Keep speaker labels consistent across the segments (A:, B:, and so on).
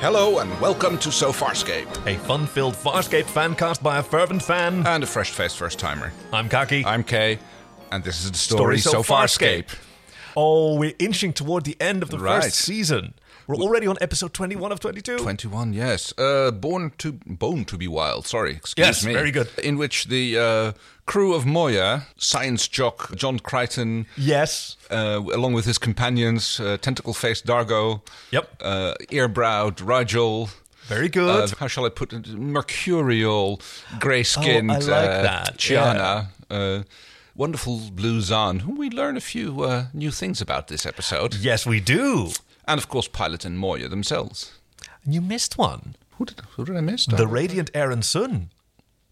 A: Hello and welcome to So Farscape.
B: A fun filled Farscape fan cast by a fervent fan.
A: And a fresh faced first timer.
B: I'm Kaki.
A: I'm Kay, and this is the story, So, Farscape.
B: Oh, we're inching toward the end of the
A: Right.
B: first season. We're already on episode 21 of 22.
A: 21, yes. Uh, Born to Bone to be Wild, sorry, excuse
B: Yes,
A: me.
B: very good.
A: In which the uh, crew of Moya, science jock John Crichton,
B: Yes.
A: uh, along with his companions, uh, tentacle faced Dargo,
B: Yep.
A: uh, earbrowed Rigel,
B: Very good.
A: uh, how shall I put it, mercurial, grey skinned
B: Oh, I like
A: uh,
B: that,
A: Chiana. Uh, wonderful Blue Zahn, whom we learn a few uh, new things about this episode.
B: yes, we do.
A: And of course, Pilot and Moya themselves.
B: And you missed one.
A: Who did, who did I miss?
B: The Radiant Aaron Sun.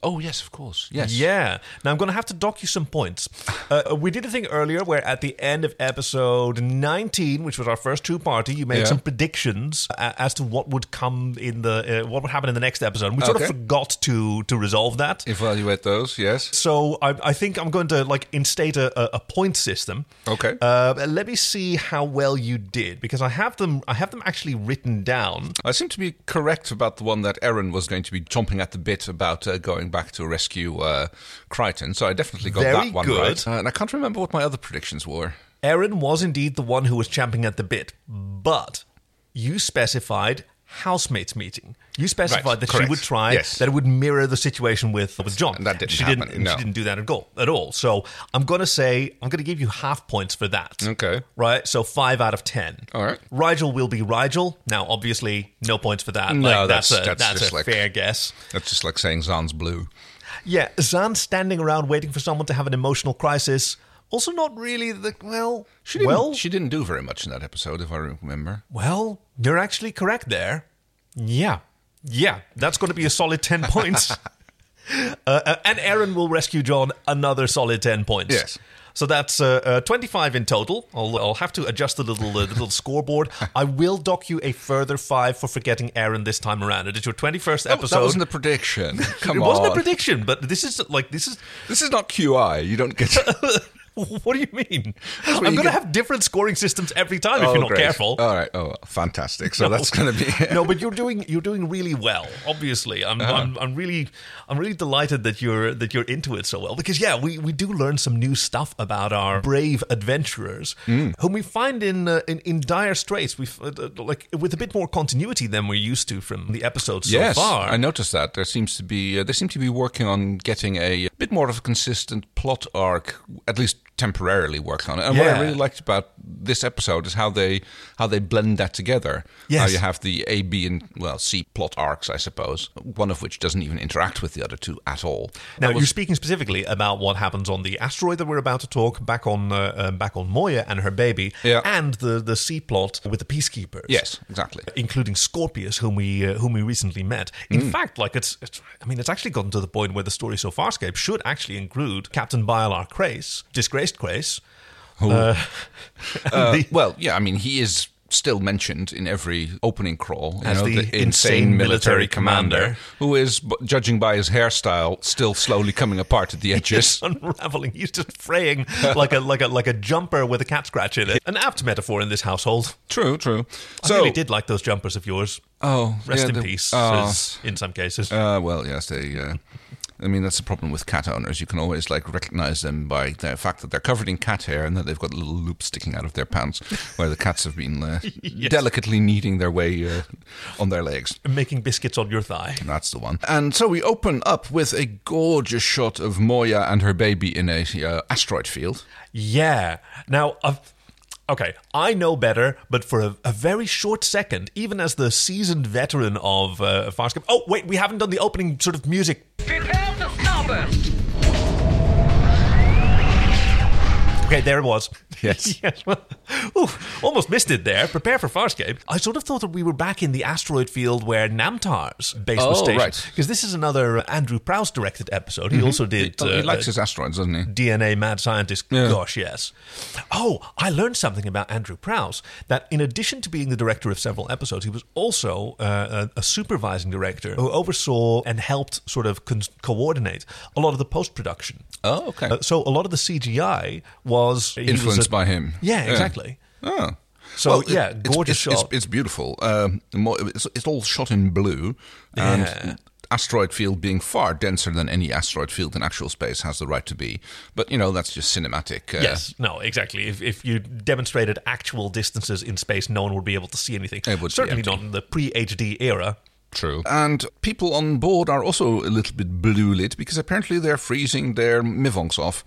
A: oh, yes, of course. Yes.
B: Yeah. Now I'm going to have to dock you some points. Uh, we did a thing earlier where at the end of episode 19, which was our first two party, you made
A: Yeah.
B: some predictions uh, as to what would come in the uh, what would happen in the next episode. And we sort
A: Okay.
B: of forgot to to resolve that.
A: Evaluate those, yes.
B: So I, I think I'm going to like instate a, a- a point system.
A: Okay.
B: Uh, let me see how well you did because I have them. I have them actually written down.
A: I seem to be correct about the one that Erin was going to be chomping at the bit about uh, going back to rescue uh, Crichton, so I definitely got
B: Very
A: that one
B: good.
A: right. Uh, and I can't remember what my other predictions were.
B: Aaron was indeed the one who was champing at the bit, but you specified housemates meeting. You specified
A: Right,
B: that
A: correct.
B: she would try
A: Yes
B: that it would mirror the situation with with John.
A: And that didn't
B: she
A: happen,
B: Didn't,
A: no.
B: She didn't do that at all. At all. So I'm going to say I'm going to give you half points for that.
A: Okay.
B: Right. So five out of ten.
A: All right.
B: Rigel will be Rigel. Now, obviously, no points for that.
A: No,
B: Like,
A: that's-
B: that's, a,
A: that's just
B: a
A: like-
B: fair guess.
A: That's just like saying Zahn's blue.
B: Yeah, Zan standing around waiting for someone to have an emotional crisis. Also, not really the well.
A: She didn't,
B: well,
A: she didn't do very much in that episode, if I remember.
B: Well, you're actually correct there. Yeah. Yeah. That's going to be a solid 10 points. Uh, uh, and Aaron will rescue John another solid 10 points.
A: Yes.
B: So that's uh, uh, 25 in total. I'll, I'll have to adjust the little, uh, the little scoreboard. I will dock you a further five for forgetting Aaron this time around. It is your 21st
A: Oh, That,
B: episode.
A: that wasn't a prediction. Come
B: it
A: on.
B: wasn't a prediction, but this is like, this is.
A: This is not QI. You don't get.
B: What do you mean?
A: where
B: I'm
A: you
B: going to
A: get-
B: have different scoring systems every time if
A: Oh,
B: you're not
A: great.
B: careful.
A: All right. Oh, fantastic. So that's going to be.
B: no, but you're doing you're doing really well. Obviously, I'm,
A: Uh-huh.
B: I'm I'm really I'm really delighted that you're that you're into it so well because yeah, we, we do learn some new stuff about our brave adventurers
A: Mm.
B: whom we find in uh, in, in dire straits. We uh, uh, like with a bit more continuity than we're used to from the episodes
A: yes,
B: so far.
A: I noticed that there seems to be uh, they seem to be working on getting a bit more of a consistent plot arc, at least temporarily work on it. And what I
B: Yeah.
A: really liked about this episode is how they how they blend that together. How
B: Yes.
A: you have the A, B, and well C plot arcs, I suppose, one of which doesn't even interact with the other two at all.
B: Now you're speaking specifically about what happens on the asteroid that we're about to talk back on uh, um, back on Moya and her baby,
A: Yeah.
B: and the the C plot with the peacekeepers.
A: Yes, exactly.
B: including Scorpius, whom we uh, whom we recently met. In
A: Mm.
B: fact, like it's, it's, I mean, it's actually gotten to the point where the story so farscape should actually include Captain Bylar Crace, disgraced Crace.
A: Uh, well, yeah, I mean, he is still mentioned in every opening crawl you
B: As the insane military commander.
A: who is, b- judging by his hairstyle, still slowly coming apart at the edges.
B: Unraveling, he's just fraying like a like a like a jumper with a cat scratch in it. An apt metaphor in this household.
A: true, true.
B: I
A: So,
B: really did like those jumpers of yours.
A: oh,
B: Rest
A: yeah,
B: in
A: the-
B: peace.
A: oh,
B: is- in some cases,
A: uh, well, yes, they. Uh, I mean, that's the problem with cat owners. You can always like recognize them by the fact that they're covered in cat hair and that they've got little loops sticking out of their pants, where the cats have been uh, delicately kneading their way uh, on their legs.
B: making biscuits on your thigh.
A: That's the one. And so we open up with a gorgeous shot of Moya and her baby in a uh, asteroid field.
B: Yeah. Now, i okay, I know better, but for a, a very short second, even as the seasoned veteran of uh, Farscape. Oh, wait, we haven't done the opening sort of music.
C: Prepare for starburst.
B: Okay, there it was.
A: Yes.
B: yes. well, Ooh, almost missed it there. Prepare for Farscape. I sort of thought that we were back in the asteroid field where Namtar's base was
A: Oh,
B: stationed.
A: right.
B: Because this is another uh, Andrew Prouse directed episode. He also did.
A: Oh, he
B: uh,
A: likes
B: uh,
A: his asteroids, doesn't he?
B: DNA mad scientist. Gosh, yes. Oh, I learned something about Andrew Prouse that in addition to being the director of several episodes, he was also uh, a, a supervising director who oversaw and helped sort of con- coordinate a lot of the post production.
A: Oh, okay.
B: Uh, so a lot of the CGI was he was
A: Influenced
B: a-
A: by him.
B: Yeah, exactly.
A: Oh.
B: So
A: Well, it-
B: yeah,
A: it's-
B: gorgeous
A: it's, it's,
B: shot.
A: It's, beautiful. Um, mo- it's, it's all shot in blue, and
B: Yeah.
A: asteroid field being far denser than any asteroid field in actual space has the right to be. But you know that's just cinematic. Uh,
B: Yes, no, exactly. If, if you demonstrated actual distances in space, no one would be able to see anything.
A: It would be
B: Certainly
A: empty.
B: not in the pre HD era.
A: True. And people on board are also a little bit blue lit because apparently they're freezing their mivonks off.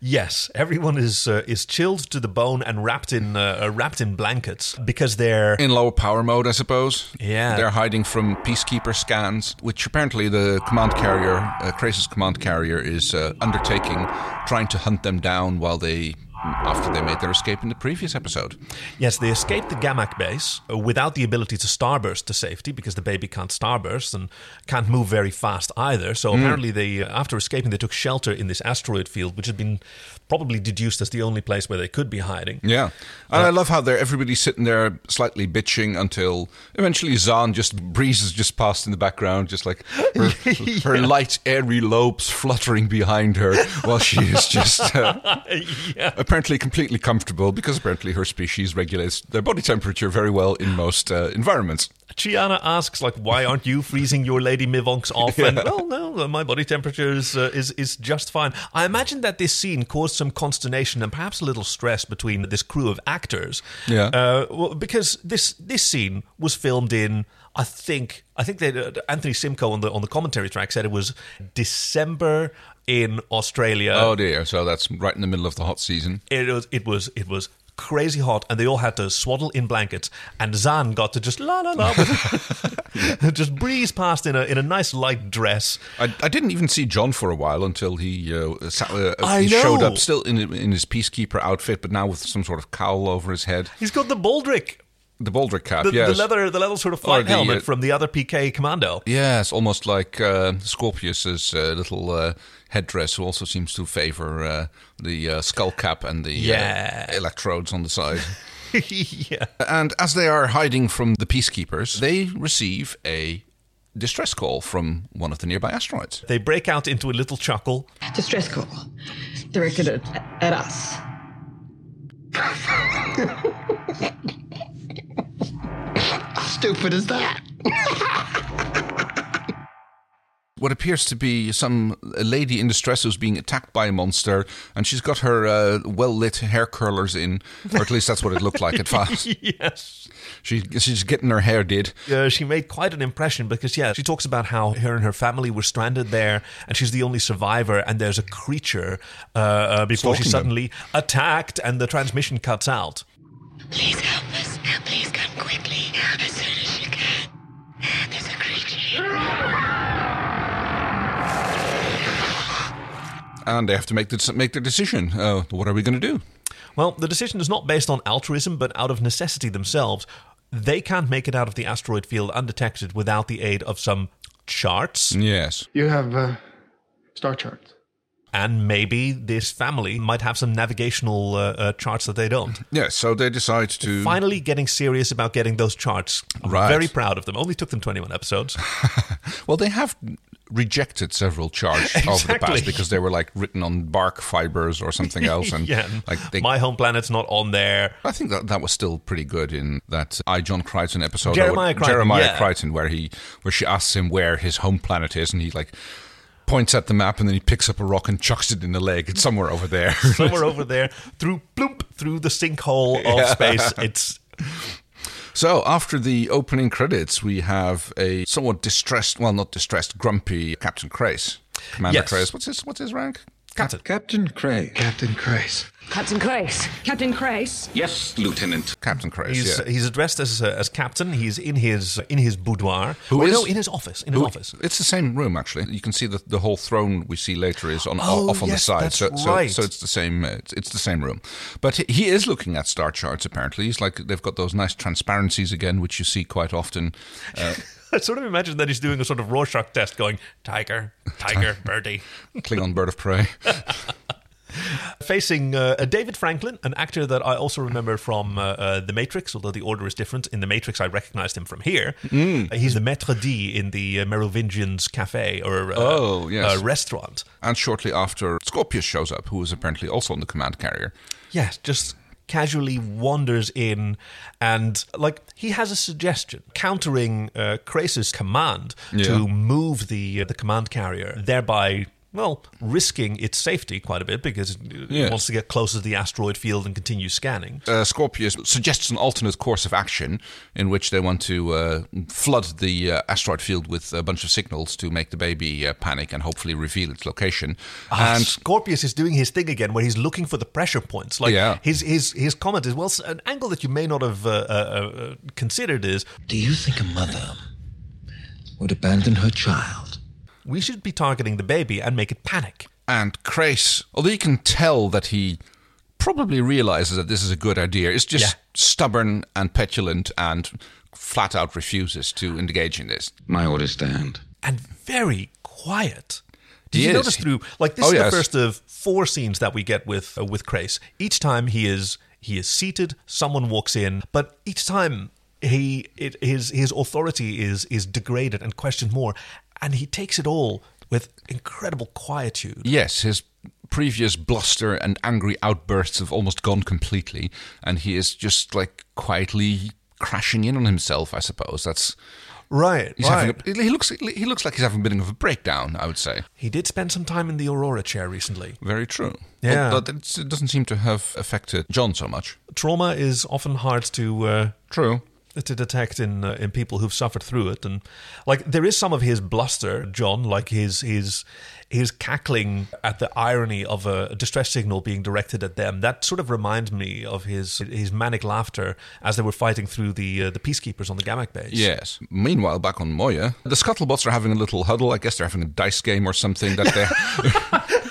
B: Yes, everyone is uh, is chilled to the bone and wrapped in uh, uh, wrapped in blankets because they're
A: in low power mode, I suppose.
B: Yeah.
A: They're hiding from peacekeeper scans, which apparently the command carrier, uh, Krasis' command carrier, is uh, undertaking, trying to hunt them down while they, after they made their escape in the previous episode.
B: Yes, they escape the Gamak base uh, without the ability to starburst to safety because the baby can't starburst and can't move very fast either. So apparently, they uh, after escaping, they took shelter in this asteroid field, which had been probably deduced as the only place where they could be hiding.
A: Yeah. And I love how they're everybody's sitting there slightly bitching until eventually Zahn just breezes just past in the background, just like her, her light, airy lobes fluttering behind her while she is just. Uh,
B: yeah.
A: apparently completely comfortable because apparently her species regulates their body temperature very well in most uh, environments.
B: Chiana asks, like, why aren't you freezing your lady Mivonks off? And well, no, uh, my body temperature is uh, is is just fine. I imagine that this scene caused some consternation and perhaps a little stress between this crew of actors.
A: Yeah.
B: uh, well, because this this scene was filmed in. I think I think that uh, Anthony Simcoe on the on the commentary track said it was December in Australia.
A: Oh dear! So that's right in the middle of the hot season.
B: It was it was it was crazy hot, and they all had to swaddle in blankets. And Zan got to just la la la, with- just breeze past in a in a nice light dress.
A: I, I didn't even see John for a while until he uh, sat, uh,
B: I
A: he showed
B: know.
A: up still in in his peacekeeper outfit, but now with some sort of cowl over his head,
B: He's got the baldric,
A: the Baldric cap.
B: the,
A: yes,
B: the leather the leather sort of flight
A: the,
B: helmet
A: uh,
B: from the other PK commando.
A: Yes, almost like uh, Scorpius's uh, little uh, headdress, who also seems to favor uh, the uh, skull cap and the
B: Yeah.
A: uh, electrodes on the side.
B: yeah.
A: And as they are hiding from the peacekeepers, they receive a distress call from one of the nearby asteroids.
B: They break out into a little chuckle.
D: distress call directed at, at us.
E: How stupid is that?
A: What appears to be some a lady in distress who's being attacked by a monster, and she's got her uh, well lit hair curlers in, or at least that's what it looked like at first.
B: yes.
A: She, she's getting her hair did.
B: Uh, she made quite an impression because, yeah, she talks about how her and her family were stranded there and she's the only survivor, and there's a creature uh, uh, before
A: Stalking
B: she
A: them.
B: suddenly attacked and the transmission cuts out.
F: Please help us. Please come quickly. As soon as you can. There's a creature.
A: And they have to make, the, make their decision. Uh, what are we going to do?
B: Well, the decision is not based on altruism, but out of necessity themselves. They can't make it out of the asteroid field undetected without the aid of some charts,
A: Yes.
E: You have uh, star chart.
B: and maybe this family might have some navigational uh, uh, charts that they don't.
A: Yes, so they decide to.
B: Finally, getting serious about getting those charts. I'm
A: Mm-hmm. Right.
B: very proud of them. Only took them 21 episodes.
A: Well, they have rejected several charts over the
B: Exactly.
A: past because they were like written on bark fibers or something else, and
B: yeah,
A: like they.
B: my home planet's not on there.
A: I think that that was still pretty good in that I John Crichton episode,
B: Jeremiah Crichton,
A: Jeremiah
B: yeah.
A: Crichton, where he where she asks him where his home planet is, and he like points at the map, and then he picks up a rock and chucks it in the lake. It's somewhere over there.
B: Somewhere over there, through bloop, through the sinkhole of space. It's
A: So after the opening credits, we have a somewhat distressed, well, not distressed, grumpy Captain Crace, Commander
B: Yes.
A: Crace. What's his what's his rank?
B: Captain.
G: Captain Craig.
E: Captain Crace.
H: Captain Grace.
D: Captain Crace,
G: Yes, Lieutenant.
A: Captain Crace.
B: He's,
A: yeah.
B: he's addressed as uh, as captain. He's in his in his boudoir.
A: Who
B: Or
A: is-
B: no, in his office. In his
A: Who-
B: office.
A: It's the same room, actually. You can see that the whole throne we see later is on
B: Oh,
A: off on
B: yes,
A: the side.
B: that's
A: so, so,
B: right.
A: so it's the same. uh, It's, it's the same room, but he, he is looking at star charts. Apparently, he's like they've got those nice transparencies again, which you see quite often. Uh,
B: I sort of imagine that he's doing a sort of Rorschach test, going tiger, tiger, birdie,
A: Klingon bird of prey.
B: facing uh, uh, David Franklin, an actor that I also remember from uh, uh, The Matrix. Although the order is different. In The Matrix, I recognized him from here. Uh, he's the maître d in the uh, Merovingian's cafe or uh,
A: Oh, yes.
B: uh, restaurant.
A: and shortly after, Scorpius shows up, who is apparently also on the command carrier.
B: Yes, just casually wanders in and, like, he has a suggestion countering uh, Krasis' command
A: Yeah.
B: to move the, the command carrier, thereby. Well, risking its safety quite a bit because it
A: Yes.
B: wants to get closer to the asteroid field and continue scanning.
A: uh, Scorpius suggests an alternate course of action in which they want to uh, flood the uh, asteroid field with a bunch of signals to make the baby uh, panic and hopefully reveal its location.
B: Ah,
A: and
B: Scorpius is doing his thing again, where he's looking for the pressure points. Like
A: Yeah.
B: his his his comment is well, s- an angle that you may not have uh, uh, uh, considered is
H: Do you think a mother would abandon her child?
B: we should be targeting the baby and make it panic.
A: and Crace, although you can tell that he probably realizes that this is a good idea, is just
B: Yeah.
A: stubborn and petulant and flat out refuses to engage in this.
G: My orders stand.
B: and very quiet. Did
A: He
B: you
A: is.
B: notice through like this
A: Oh,
B: is
A: yes.
B: the first of four scenes that we get with uh, with Crace. Each time he is he is seated, someone walks in, but each time he it, his his authority is is degraded and questioned more, and he takes it all with incredible quietude.
A: Yes, his previous bluster and angry outbursts have almost gone completely, and he is just like quietly crashing in on himself. I suppose that's
B: Right,
A: he's
B: right.
A: having. A, he looks he looks like he's having a bit of a breakdown. I would say
B: he did spend some time in the Aurora chair recently.
A: very true.
B: Yeah.
A: Although it's- it doesn't seem to have affected John so much.
B: Trauma is often hard to uh,
A: True.
B: to detect in uh, in people who've suffered through it and like there is some of his bluster john like his his his cackling at the irony of a distress signal being directed at them that sort of reminds me of his his manic laughter as they were fighting through the uh, the peacekeepers on the gamak base
A: Yes. Meanwhile, back on Moya, the scuttlebots are having a little huddle. I guess they're having a dice game or something that they.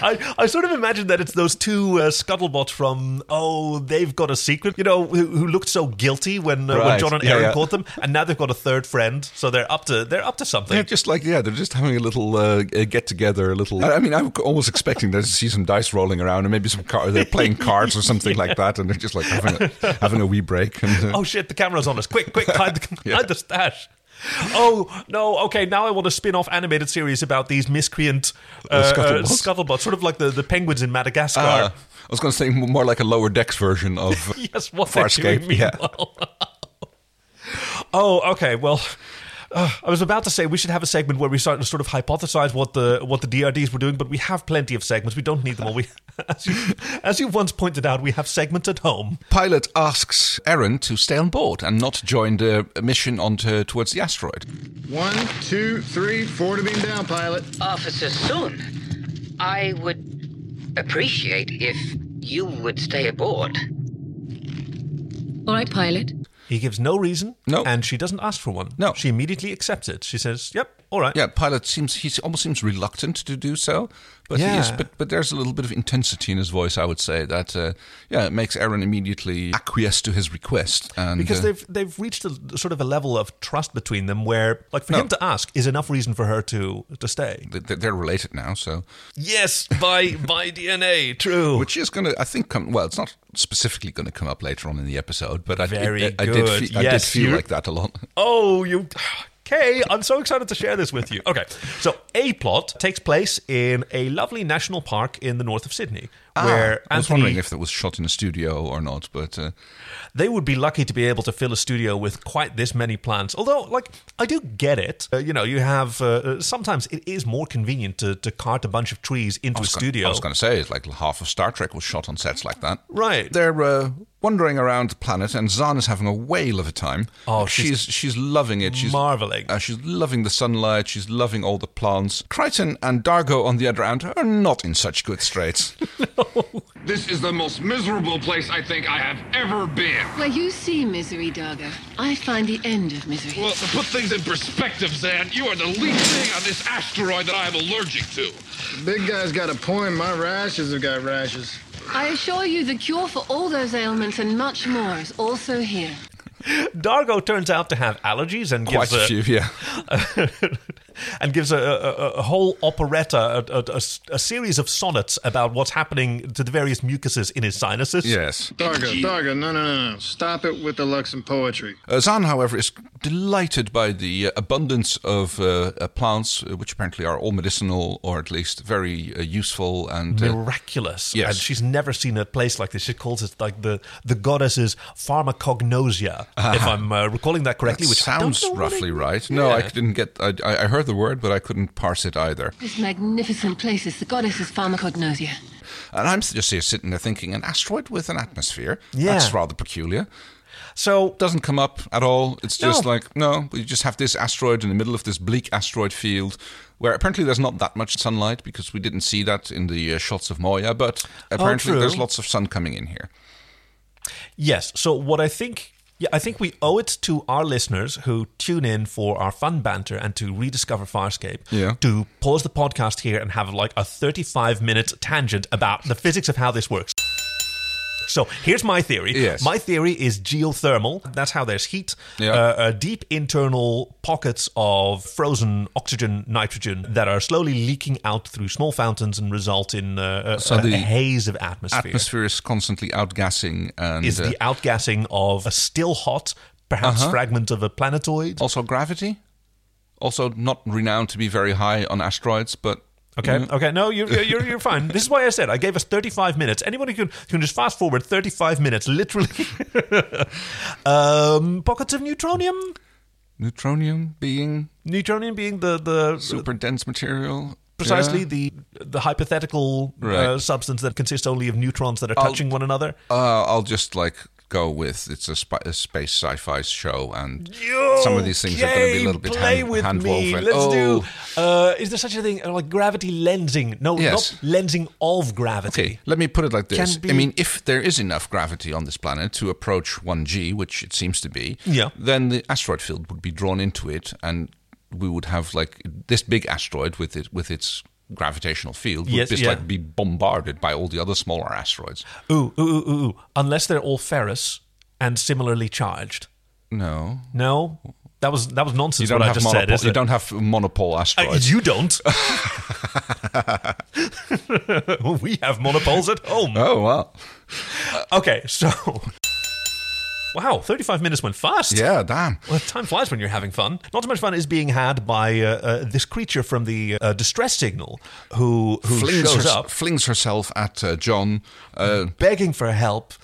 B: I, I sort of imagine that it's those two uh, scuttlebots from oh they've got a secret you know who, who looked so guilty when uh,
A: Right.
B: when john and
A: Yeah,
B: aaron
A: yeah.
B: caught them and now they've got a third friend so they're up to they're up to something
A: They're just like yeah, they're just having a little uh, get together. A little. I I mean, I'm almost expecting to see some dice rolling around and maybe some car. They're playing cards or something like that, and they're just like having a, having a wee break. And, uh,
B: oh shit, the camera's on us. Quick, quick, hide the, hide the stash. Oh no! Okay, now I want a spin-off animated series about these miscreant uh, uh,
A: scuttlebutt.
B: scuttlebutt, sort of like the, the penguins in Madagascar.
A: uh, I was going to say more like a lower decks version of
B: yes, what they're
A: Farscape.
B: doing meanwhile. oh, okay. Well, uh, I was about to say we should have a segment where we start to sort of hypothesize what the what the DRDs were doing, but we have plenty of segments. We don't need them all. We, as you, as you once pointed out, we have segments at home.
A: Pilot asks Erin to stay on board and not join the mission onto towards the asteroid.
E: One, two, three, four to beam down, pilot.
C: Officer Soon, I would appreciate if you would stay aboard.
D: All right, pilot.
B: He gives no reason,
A: No.
B: and she doesn't ask for one.
A: No.
B: she immediately accepts it. She says, "Yep, all right."
A: Yeah, pilot seems he almost seems reluctant to do so, but he is.
B: Yeah.
A: But but there's a little bit of intensity in his voice, I would say that uh, yeah, it makes Aaron immediately acquiesce to his request, and
B: Because
A: uh,
B: they've they've reached a sort of a level of trust between them where, like, for
A: No.
B: him to ask is enough reason for her to to stay.
A: th- th- they're related now, so
B: Yes, by by DNA, true.
A: which is going to I think come well, it's not specifically going to come up later on in the episode, but I I,
B: Very
A: I did
B: good.
A: fe- I did
B: Yes,
A: feel
B: you-
A: like that a lot.
B: Oh, you. Okay, I'm so excited to share this with you. Okay, so A plot takes place in a lovely national park in the north of Sydney, where
A: Ah, I was
B: Anthony-
A: wondering if that was shot in a studio or not, but uh,
B: they would be lucky to be able to fill a studio with quite this many plants. Although, like, I do get it. Uh, you know, you have uh, uh, sometimes it is more convenient to, to cart a bunch of trees into a
A: was gonna-
B: studio.
A: I was going to say, it's like half of Star Trek was shot on sets like that.
B: Right.
A: They're uh, wandering around the planet, and Zahn is having a whale of a time.
B: Oh, she's-
A: she's she's loving it. She's
B: Marveling.
A: Uh, she's loving the sunlight. She's loving all the plants. Crichton and Dargo, on the other hand, are not in such good straits.
G: This is the most miserable place I think I have ever been.
I: Where you see misery, Dargo, I find the end of misery.
G: Well, to put things in perspective, Zan, you are the least thing on this asteroid that I am allergic to.
E: Big guy's got a point. My rashes have got rashes.
I: I assure you, the cure for all those ailments and much more is also here.
B: Dargo turns out to have allergies and
A: Quite
B: gives
A: a few, yeah.
B: and gives a, a, a- a whole operetta, a, a- a s- a series of sonnets about what's happening to the various mucuses in his sinuses.
A: Yes.
E: Darga, Darga, no, no, no, no. Stop it with the Lux and poetry.
A: Uh, Zahn, however, is delighted by the uh, abundance of uh, uh, plants, uh, which apparently are all medicinal or at least very uh, useful. And uh,
B: Miraculous,
A: Yes.
B: and she's never seen a place like this. She calls it like the the goddess's pharmacognosia, if I'm uh, recalling that correctly. which I don't
A: sounds
B: know what it-
A: roughly right. No, I
B: Yeah.
A: didn't get. I, I I heard the word, but I couldn't parse it either.
I: This magnificent place is the goddess's pharmacognosia.
A: And I'm just here sitting there thinking, an asteroid with an atmosphere.
B: Yeah.
A: that's rather peculiar.
B: So
A: Doesn't come up at all. It's just
B: No.
A: like no, we just have this asteroid in the middle of this bleak asteroid field. Where apparently there's not that much sunlight because we didn't see that in the uh, shots of Moya, but apparently
B: Oh, true.
A: there's lots of sun coming in here.
B: Yes. So what I think, yeah, I think we owe it to our listeners who tune in for our fun banter and to rediscover Farscape
A: Yeah.
B: to pause the podcast here and have like a 35 minute tangent about the physics of how this works. So here's my theory.
A: Yes.
B: My theory is geothermal. That's how there's heat.
A: Yeah.
B: Uh, uh, deep internal pockets of frozen oxygen, nitrogen that are slowly leaking out through small fountains and result in uh, a,
A: So
B: a- a
A: the
B: haze of atmosphere
A: atmosphere is constantly outgassing and
B: is
A: uh,
B: the outgassing of a still hot, perhaps
A: Uh-huh.
B: fragment of a planetoid.
A: also gravity also not renowned to be very high on asteroids but
B: Okay,
A: Mm-hmm.
B: okay, no, you're, you're- you're, you're fine. This is why I said I gave us 35 minutes. Anyone who can, who can just fast forward 35 minutes, literally. um, pockets of neutronium?
A: neutronium being
B: Neutronium being the, the
A: super dense material
B: precisely
A: Yeah.
B: the the hypothetical uh,
A: Right.
B: substance that consists only of neutrons that are touching one another.
A: uh, i'll just like go with it's a, spi- a space sci-fi show and some of these things are going to be a little bit
B: play
A: hand,
B: with
A: hand
B: me.
A: woven.
B: Let's
A: oh,
B: do. Uh, is there such a thing uh, like gravity lensing? No,
A: Yes.
B: not lensing of gravity.
A: Okay, let me put it like this.
B: Can be-
A: I mean, if there is enough gravity on this planet to approach 1G, which it seems to be,
B: Yeah.
A: then the asteroid field would be drawn into it and we would have like this big asteroid with it with its gravitational field would
B: Yes,
A: just
B: yeah.
A: like be bombarded by all the other smaller asteroids.
B: Ooh, ooh, ooh, ooh, ooh. Unless they're all ferrous and similarly charged.
A: No.
B: No, that was that was nonsense.
A: You don't
B: what I
A: have
B: just
A: monopole
B: said. isn't
A: you
B: it?
A: don't have monopole
B: Uh,
A: asteroids.
B: you don't. we have monopoles at home.
A: oh well. oh.
B: Okay, so. Wow, 35 minutes went fast.
A: Yeah, damn.
B: Well, time flies when you're having fun. Not so much fun is being had by uh, uh, this creature from the uh, distress signal who, who
A: Flings,
B: shows
A: hers-
B: up
A: flings herself at uh, John. Uh,
B: begging for help.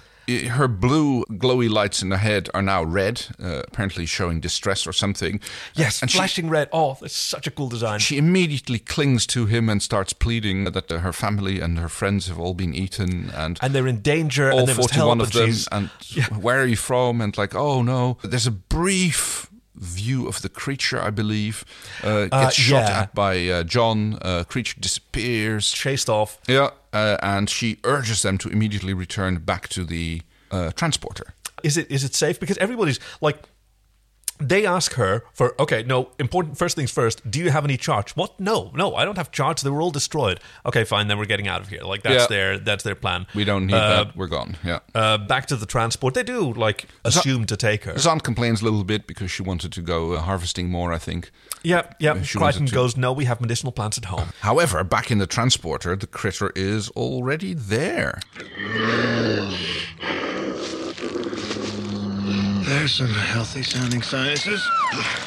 A: her blue glowy lights in her head are now red, uh, apparently showing distress or something.
B: Yes,
A: and she,
B: flashing red. Oh, that's such a cool design.
A: she immediately clings to him and starts pleading that uh, her family and her friends have all been eaten and.
B: and they're in danger.
A: all
B: and they must help,
A: 41 of
B: and
A: them,
B: she's-
A: and where are you from? And like, oh no. There's a brief view of the creature, I believe. Uh, gets
B: Uh,
A: shot
B: yeah.
A: at by uh, John. Uh, creature disappears.
B: chased off.
A: Yeah, uh, and she urges them to immediately return back to the uh, transporter.
B: Is it is it safe? Because everybody's like. They ask her for okay, no, important first things first, do you have any charge? What? No, no, I don't have charge. They were all destroyed. Okay, fine, then we're getting out of here. Like that's
A: Yeah.
B: their that's their plan.
A: We don't need
B: Uh,
A: that. We're gone. Yeah.
B: Uh, back to the transport. They do like assume to take her.
A: Zan complains a little bit because she wanted to go uh, harvesting more, I think.
B: Yeah, yeah.
A: She
B: Crichton
A: wanted to-
B: goes, no, we have medicinal plants at home.
A: However, back in the transporter, the critter is already there.
E: There's some healthy sounding sinuses.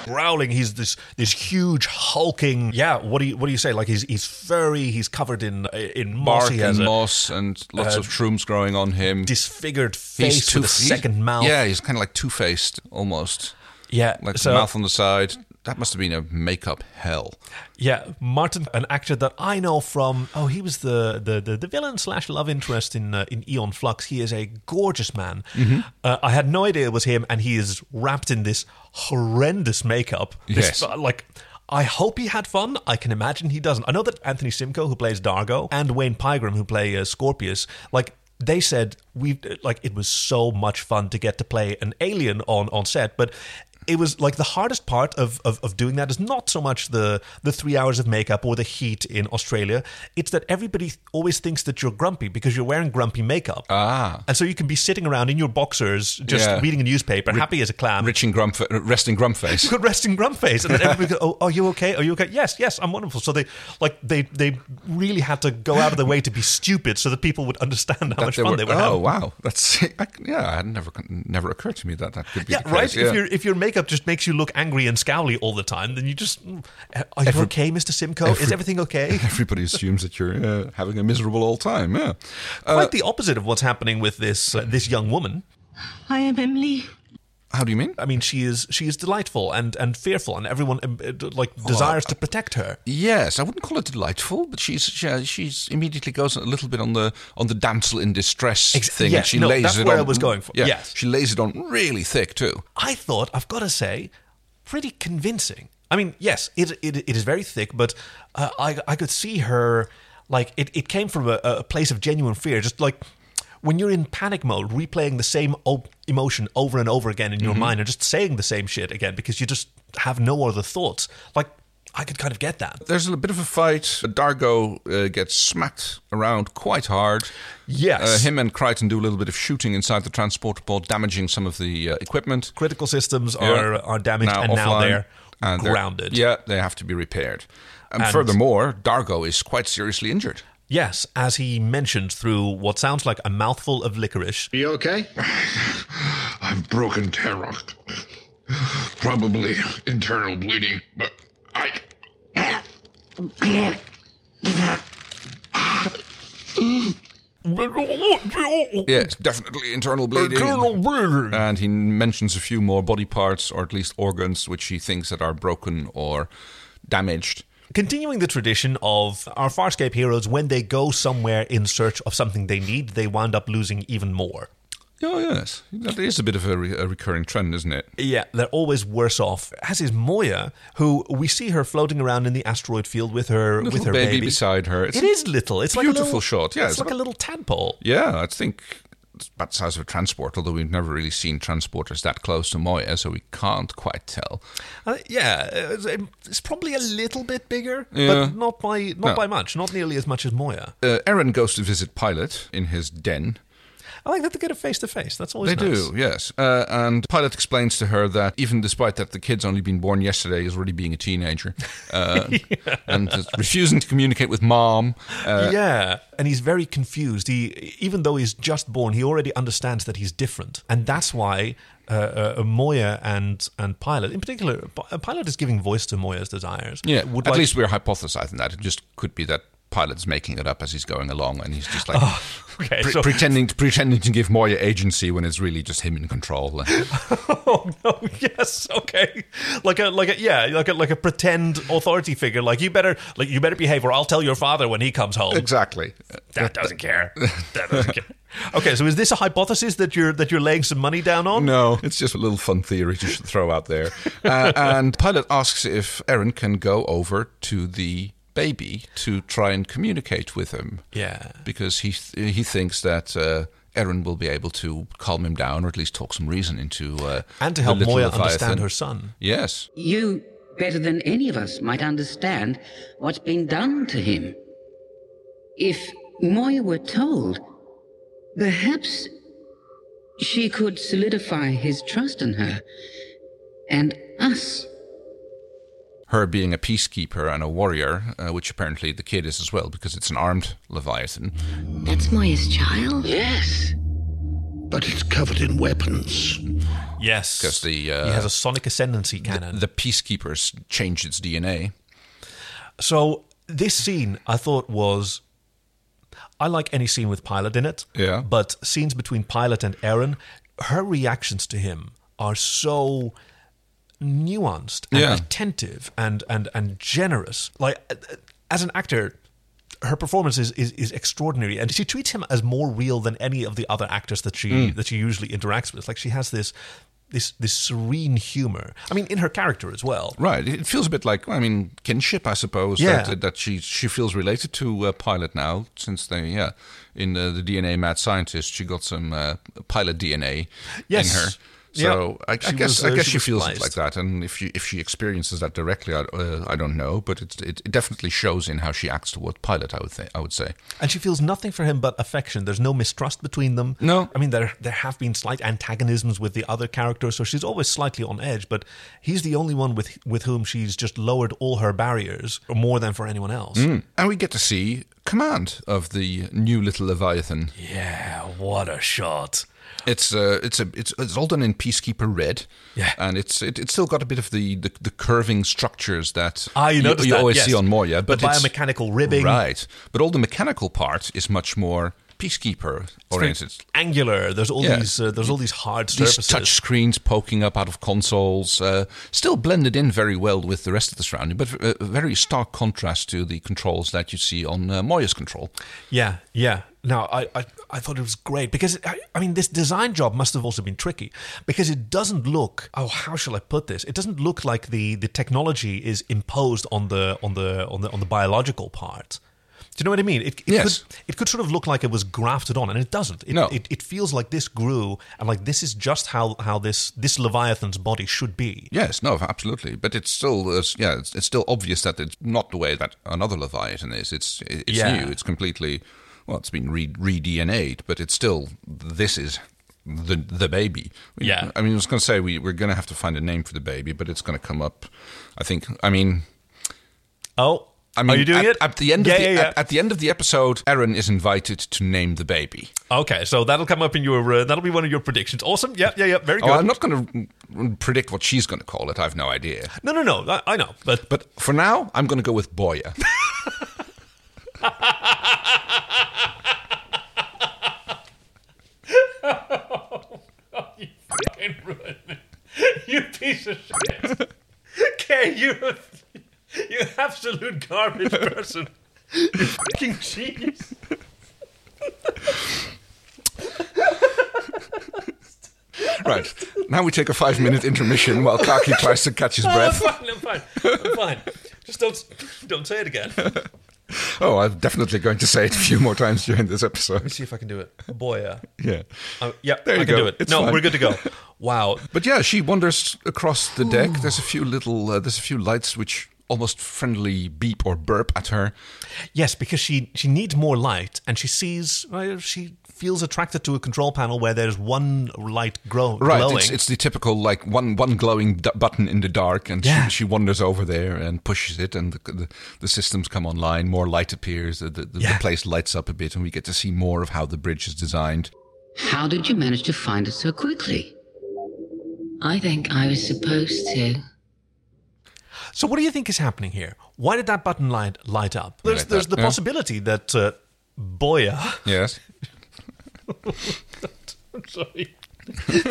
B: Growling, he's this this huge hulking. Yeah, what do you what do you say? Like he's he's furry. He's covered in in moss.
A: Bark
B: he has
A: and
B: a
A: moss and lots of shrooms growing on him.
B: disfigured face with
A: two-
B: a second mouth.
A: Yeah, he's kind of like two faced almost.
B: yeah.
A: Like
B: so,
A: the mouth on the side. That must have been a makeup hell.
B: yeah, Martin, an actor that I know from. Oh, he was the the the, the villain slash love interest in uh, in Eon Flux. He is a gorgeous man.
A: Mm-hmm.
B: Uh, I had no idea it was him, and he is wrapped in this horrendous makeup. This,
A: Yes.
B: uh, like. I hope he had fun. I can imagine he doesn't. I know that Anthony Simcoe, who plays Dargo, and Wayne Pygram, who play uh, Scorpius, like they uh, said, we like it was so much fun to get to play an alien on on set, but It was like the hardest part of, of, of doing that is not so much the, the three hours of makeup or the heat in Australia. It's that everybody always thinks that you're grumpy because you're wearing grumpy makeup.
A: Ah.
B: And so you can be sitting around in your boxers just
A: Yeah.
B: reading a newspaper, happy as a clam.
A: Rich uh, and grump, resting grump face.
B: Good resting grump face, and then everybody go, "Oh, are you okay? Are you okay? Yes, yes, I'm wonderful." So they, like, they they really had to go out of their way to be stupid so that people would understand how
A: That
B: much
A: they
B: fun
A: were-
B: they were
A: oh
B: having.
A: wow, that's I, yeah. I had never never occurred to me that that could be
B: Yeah,
A: the
B: right.
A: case, yeah.
B: If your if your makeup just makes you look angry and scowly all the time, then you just mm, are you okay, Mister Simcoe? Is
A: every-
B: everything okay?
A: Everybody assumes that you're uh, having a miserable old time. Yeah. Uh,
B: Quite the opposite of what's happening with this uh, this young woman.
D: I am Emily.
A: How do you mean?
B: I mean, she is she is delightful and and fearful, and everyone um, uh, d- like
A: Oh,
B: desires to protect her.
A: Yes, I wouldn't call it delightful, but she's she, uh, she's immediately goes a little bit on the on the damsel in distress
B: Ex-
A: thing.
B: yes,
A: and she
B: no,
A: lays
B: that's
A: it
B: where
A: on,
B: I was going for,
A: Yeah,
B: yes.
A: she lays it on really thick too.
B: I thought, I've got to say, pretty convincing. I mean, yes, it it, it is very thick, but uh, I I could see her like it, it came from a, a place of genuine fear, just like when you're in panic mode, replaying the same o- emotion over and over again in
A: Mm-hmm.
B: your mind, and just saying the same shit again because you just have no other thoughts. Like I could kind of get that.
A: There's a bit of a fight. Dargo uh, gets smacked around quite hard.
B: Yes.
A: Uh, him and Crichton do a little bit of shooting inside the transporter pod, damaging some of the uh, equipment.
B: Critical systems
A: Yeah.
B: are are damaged, and now
A: offline,
B: they're
A: and they're-
B: grounded.
A: yeah, they have to be repaired. And,
B: And-
A: furthermore, Dargo is quite seriously injured.
B: Yes, as he mentioned through what sounds like a mouthful of licorice.
E: You okay?
G: I've broken Tarok. Probably internal bleeding, but I.
A: Yes, definitely internal bleeding. And he mentions a few more body parts, or at least organs, which he thinks that are broken or damaged.
B: Continuing the tradition of our Farscape heroes, when they go somewhere in search of something they need, they wind up losing even more.
A: Oh yes, that is a bit of a, re- a recurring trend, isn't it?
B: Yeah, they're always worse off. As is Moya, who we see her floating around in the asteroid field with her with
A: Little
B: her
A: baby beside her. It's
B: It is little. It's like a
A: beautiful
B: little,
A: shot, yeah,
B: it's,
A: it's
B: like a
A: about-
B: little tadpole.
A: Yeah, I think it's about the size of a transport, although we've never really seen transporters that close to Moya, so we can't quite tell.
B: Uh, yeah, it's, um, it's probably a little bit bigger,
A: Yeah.
B: but not by not
A: No.
B: by much. Not nearly as much as Moya.
A: Uh, Aaron goes to visit Pilot in his den.
B: I like that they get a face to face. That's always
A: They
B: nice.
A: do, yes. Uh, and Pilot explains to her that even despite that the kid's only been born yesterday, he's already being a teenager uh, and is refusing to communicate with mom. Uh,
B: yeah, and he's very confused. He, even though he's just born, he already understands that he's different, and that's why uh, uh, Moya and and Pilot, in particular, P- uh, Pilot is giving voice to Moya's desires.
A: yeah,
B: would
A: at
B: like-
A: least we're hypothesizing that. It just could be that Pilot's making it up as he's going along and he's just like.
B: okay.
A: pre-
B: Oh, so,
A: pretending, pretending to give Moya agency when it's really just him in control.
B: oh no, yes, okay, like a like a yeah, like a like a pretend authority figure. Like you better like you better behave, or I'll tell your father when he comes home.
A: exactly.
B: That doesn't care. That doesn't care. Okay, so is this a hypothesis that you're that you're laying some money down on?
A: No, it's just a little fun theory to sh- throw out there. Uh, and Pilot asks if Erin can go over to the baby to try and communicate with him.
B: Yeah.
A: Because he th- he thinks that uh, Erin will be able to calm him down or at least talk some reason into. Uh,
B: And to
A: the
B: help
A: little
B: Moya
A: Leviathan.
B: understand her son.
A: Yes.
C: You, better than any of us, might understand what's been done to him. If Moya were told, perhaps she could solidify his trust in her and us.
A: Her being a peacekeeper and a warrior, uh, which apparently the kid is as well, because it's an armed Leviathan.
B: Mm-hmm.
F: That's Moya's child?
C: Yes.
J: But it's covered in weapons.
B: Yes,
A: Because the,
B: he
A: uh,
B: has a sonic ascendancy cannon.
A: The peacekeepers changed its DNA.
B: so this scene, I thought was. I like any scene with Pilot in it.
A: Yeah.
B: But scenes between Pilot and Aaron, her reactions to him are so nuanced and
A: Yeah.
B: attentive and and and generous. Like uh, uh, as an actor, her performance is, is is extraordinary, and she treats him as more real than any of the other actors that she
A: Mm.
B: that she usually interacts with. Like she has this. This, this serene humor. I mean, in her character as well.
A: Right. It feels a bit like, I mean, kinship, I suppose.
B: Yeah.
A: That, that she she feels related to uh, Pilot now, since they, yeah, in uh, the DNA Mad Scientist, she got some uh, Pilot DNA
B: Yes.
A: in her. So I, I
B: She
A: guess
B: was,
A: I
B: uh,
A: guess
B: she
A: she
B: was
A: feels it
B: spliced.
A: like that, and if she if she experiences that directly, I, uh, I don't know, but it, it it definitely shows in how she acts towards Pilot. I would think I would say.
B: And she feels nothing for him but affection. There's no mistrust between them.
A: No.
B: I mean, there there have been slight antagonisms with the other characters, so she's always slightly on edge, but he's the only one with with whom she's just lowered all her barriers more than for anyone else.
A: And we get to see command of the new little Leviathan.
B: Yeah, what a shot.
A: It's uh, it's a it's it's all done in Peacekeeper Red.
B: Yeah.
A: and it's it, it's still got a bit of the the, the curving structures that
B: Ah, you noticed that,
A: always
B: yes.
A: see on Moya,
B: The
A: but it's-
B: biomechanical ribbing.
A: right? But all the mechanical part is much more Peacekeeper oriented.
B: Angular. There's all
A: Yeah.
B: these uh, there's all these hard
A: These
B: surfaces.
A: touch screens poking up out of consoles, uh, still blended in very well with the rest of the surrounding, but uh, very stark contrast to the controls that you see on uh, Moya's control.
B: Yeah, yeah. No, I, I, I thought it was great because, I, I mean, this design job must have also been tricky because it doesn't look, oh, how shall I put this? It doesn't look like the, the technology is imposed on the, on, the, on, the, on the biological part. Do you know what I mean? It, it,
A: Yes.
B: could, it could sort of look like it was grafted on, and it doesn't. It,
A: No.
B: it, it feels like this grew, and like this is just how, how this, this Leviathan's body should be.
A: Yes, no, absolutely, but it's still uh, yeah, it's, it's still obvious that it's not the way that another Leviathan is. It's it's
B: Yeah.
A: new. It's completely well, it's been re re DNA'd, but it's still this is the the baby. We-
B: Yeah.
A: I mean, I was going to say we we're going to have to find a name for the baby, but it's going to come up. I think. I mean.
B: Oh,
A: I mean,
B: are you doing
A: at,
B: it?
A: at the end?
B: yeah,
A: of the,
B: yeah, yeah.
A: At, at the end of the episode, Aaron is invited to name the baby.
B: okay, so that'll come up in your, uh, that'll be one of your predictions. Awesome. Yeah, yeah, yeah. Very good.
A: Oh, I'm not going to predict what she's going to call it. I've no idea.
B: no, no, no. I, I know, but
A: But for now, I'm going to go with Boya.
B: fucking ruined it. You piece of shit. Okay, you you absolute garbage person. You fucking genius.
A: right. Now we take a five minute intermission while Kaki tries to catch his
B: I'm
A: breath.
B: Oh, fine, I'm fine. I'm fine. Just don't don't say it again. Let's
A: Oh, I'm definitely going to say it a few more times during this episode.
B: see if I can do it. Boy, uh,
A: Yeah.
B: uh, yeah,
A: There
B: I
A: you
B: can
A: go.
B: do it.
A: It's
B: no,
A: fine.
B: we're good to go. Wow.
A: But yeah, she wanders across the deck. There's a few little, uh, there's a few lights which almost friendly beep or burp at her.
B: Yes, because she she needs more light, and she sees uh, she feels attracted to a control panel where there's one light grow,
A: Right,
B: glowing.
A: it's, it's the typical like one one glowing d- button in the dark, and
B: Yeah.
A: she, she wanders over there and pushes it, and the, the, the systems come online. More light appears, the, the, the
B: Yeah.
A: place lights up a bit, and we get to see more of how the bridge is designed.
C: How did you manage to find it so quickly? I think I was supposed to.
B: So, what do you think is happening here? Why did that button light light up? There's,
A: Like
B: there's
A: that,
B: the
A: yeah.
B: possibility that uh, Boya,
A: Yes,
B: sorry,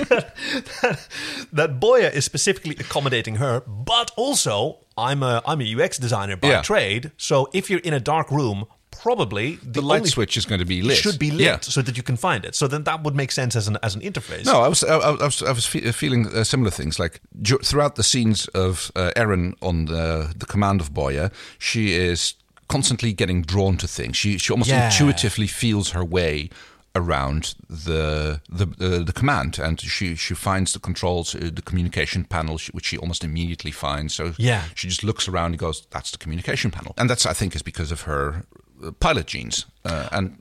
B: that, that Boya is specifically accommodating her, but also I'm a I'm a UX designer by
A: Yeah.
B: trade. So, if you're in a dark room, probably the,
A: the light
B: only-
A: switch is going to be lit.
B: should be lit
A: Yeah.
B: so that you can find it. So then that would make sense as an as an interface.
A: No, I was I, I was I was fe- feeling uh, similar things. Like ju- throughout the scenes of uh, Erin on the the command of Boya, she is constantly getting drawn to things. She she almost
B: Yeah.
A: intuitively feels her way around the the uh, the command, and she she finds the controls, uh, the communication panel, she- which she almost immediately finds. So
B: Yeah.
A: she just looks around and goes, "That's the communication panel," and that's I think is because of her. uh, Pilot genes, uh, and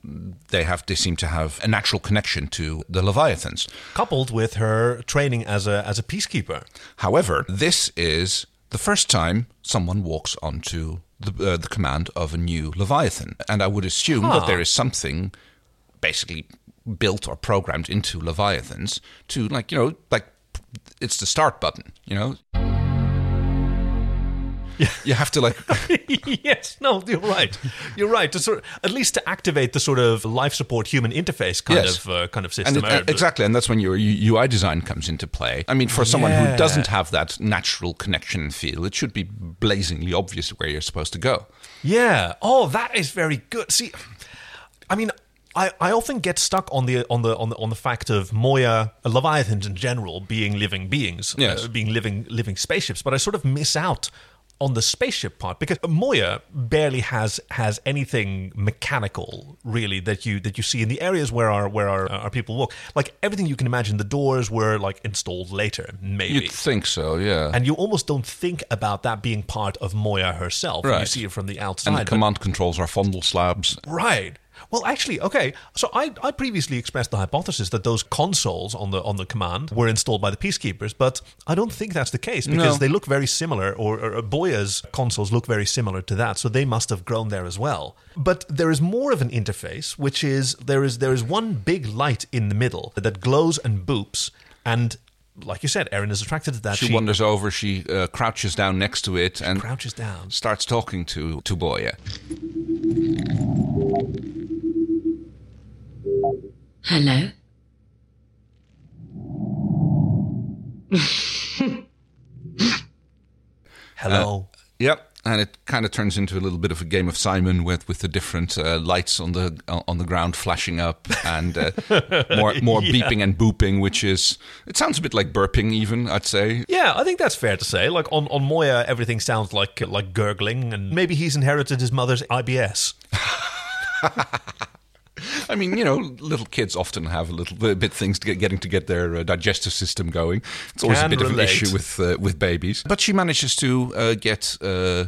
A: they have. They seem to have a natural connection to the leviathans.
B: Coupled with her training as a as a peacekeeper.
A: However, this is the first time someone walks onto the, uh, the command of a new Leviathan. And I would assume that there is something basically built or programmed into Leviathans to, like, you know, like it's the start button, you know? You have to, like,
B: yes, no, you're right. You're right. To sort at least to activate the sort of life support human interface kind
A: Yes.
B: of uh, kind of
A: and
B: system.
A: it-
B: Uh,
A: exactly, and that's when your U- UI design comes into play. I mean, for someone
B: Yeah.
A: who doesn't have that natural connection and feel, it should be blazingly obvious where you're supposed to go.
B: Yeah. Oh, that is very good. See, I mean, I, I often get stuck on the on the on the on the fact of Moya uh, leviathans in general being living beings,
A: Yes.
B: being living living spaceships, but I sort of miss out on the spaceship part because Moya barely has has anything mechanical really that you that you see in the areas where our where our, our people walk. Like everything you can imagine, the doors were like installed later, maybe.
A: You'd think so, yeah.
B: and you almost don't think about that being part of Moya herself. You
A: Right.
B: see it from the outside.
A: And the
B: but-
A: command controls are fondle slabs.
B: Right. Well, actually, okay. So I, I previously expressed the hypothesis that those consoles on the on the command were installed by the peacekeepers, but I don't think that's the case because
A: No.
B: they look very similar, or, or Boya's consoles look very similar to that, so they must have grown there as well. But there is more of an interface, which is there is there is one big light in the middle that glows and boops, and like you said, Erin is attracted to that.
A: She, wanders over, she uh, crouches down next to it and
B: crouches down.
A: starts talking to, to Boya.
C: Hello?
B: Hello.
A: Yep. And it kind of turns into a little bit of a game of Simon with, with the different uh, lights on the on the ground flashing up and uh, more more beeping and booping, which is it sounds a bit like burping even I'd say.
B: Yeah, I think that's fair to say. Like on, on Moya, everything sounds like like gurgling, and maybe he's inherited his mother's IBS.
A: I mean, you know, little kids often have a little bit- bit things to get, getting to get their uh, digestive system going. It's always
B: Can
A: a bit of an
B: relate.
A: issue with uh, with babies. But she manages to uh, get uh,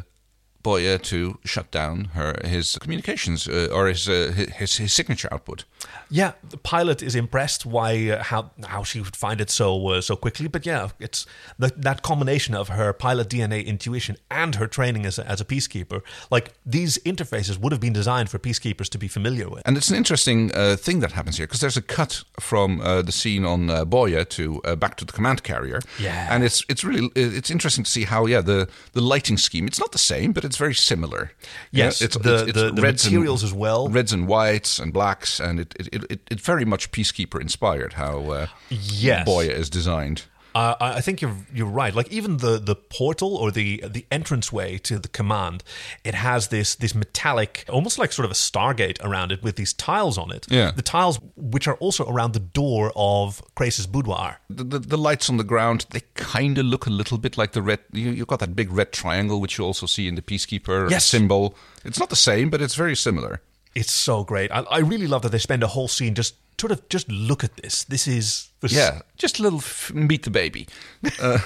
A: Boya to shut down her his communications uh, or his, uh, his his signature output.
B: Yeah, the pilot is impressed why uh, how how she would find it so uh, so quickly. But yeah, it's the, that combination of her pilot DNA intuition and her training as a, as a peacekeeper. Like these interfaces would have been designed for peacekeepers to be familiar with.
A: And it's an interesting uh, thing that happens here because there's a cut from uh, the scene on uh, Boya to uh, back to the command carrier.
B: Yeah.
A: and it's it's really it's interesting to see how yeah the the lighting scheme it's not the same but it's very similar.
B: Yes, the- the- the materials as well.
A: reds and whites and blacks, and it it, it, it, it very much peacekeeper inspired how uh,
B: Yes.
A: Boya is designed.
B: Uh, I I think you're you're right. Like even the the portal or the the entranceway to the command, it has this this metallic, almost like sort of a stargate around it with these tiles on it.
A: Yeah.
B: the tiles which are also around the door of Crace's boudoir.
A: The, the, the lights on the ground they kind of look a little bit like the red. You, you've got that big red triangle which you also see in the peacekeeper
B: Yes.
A: symbol. It's not the same, but it's very similar.
B: It's so great. I, I really love that they spend a whole scene just sort of just look at this. This is this,
A: Yeah, just a little f- meet the baby. Uh,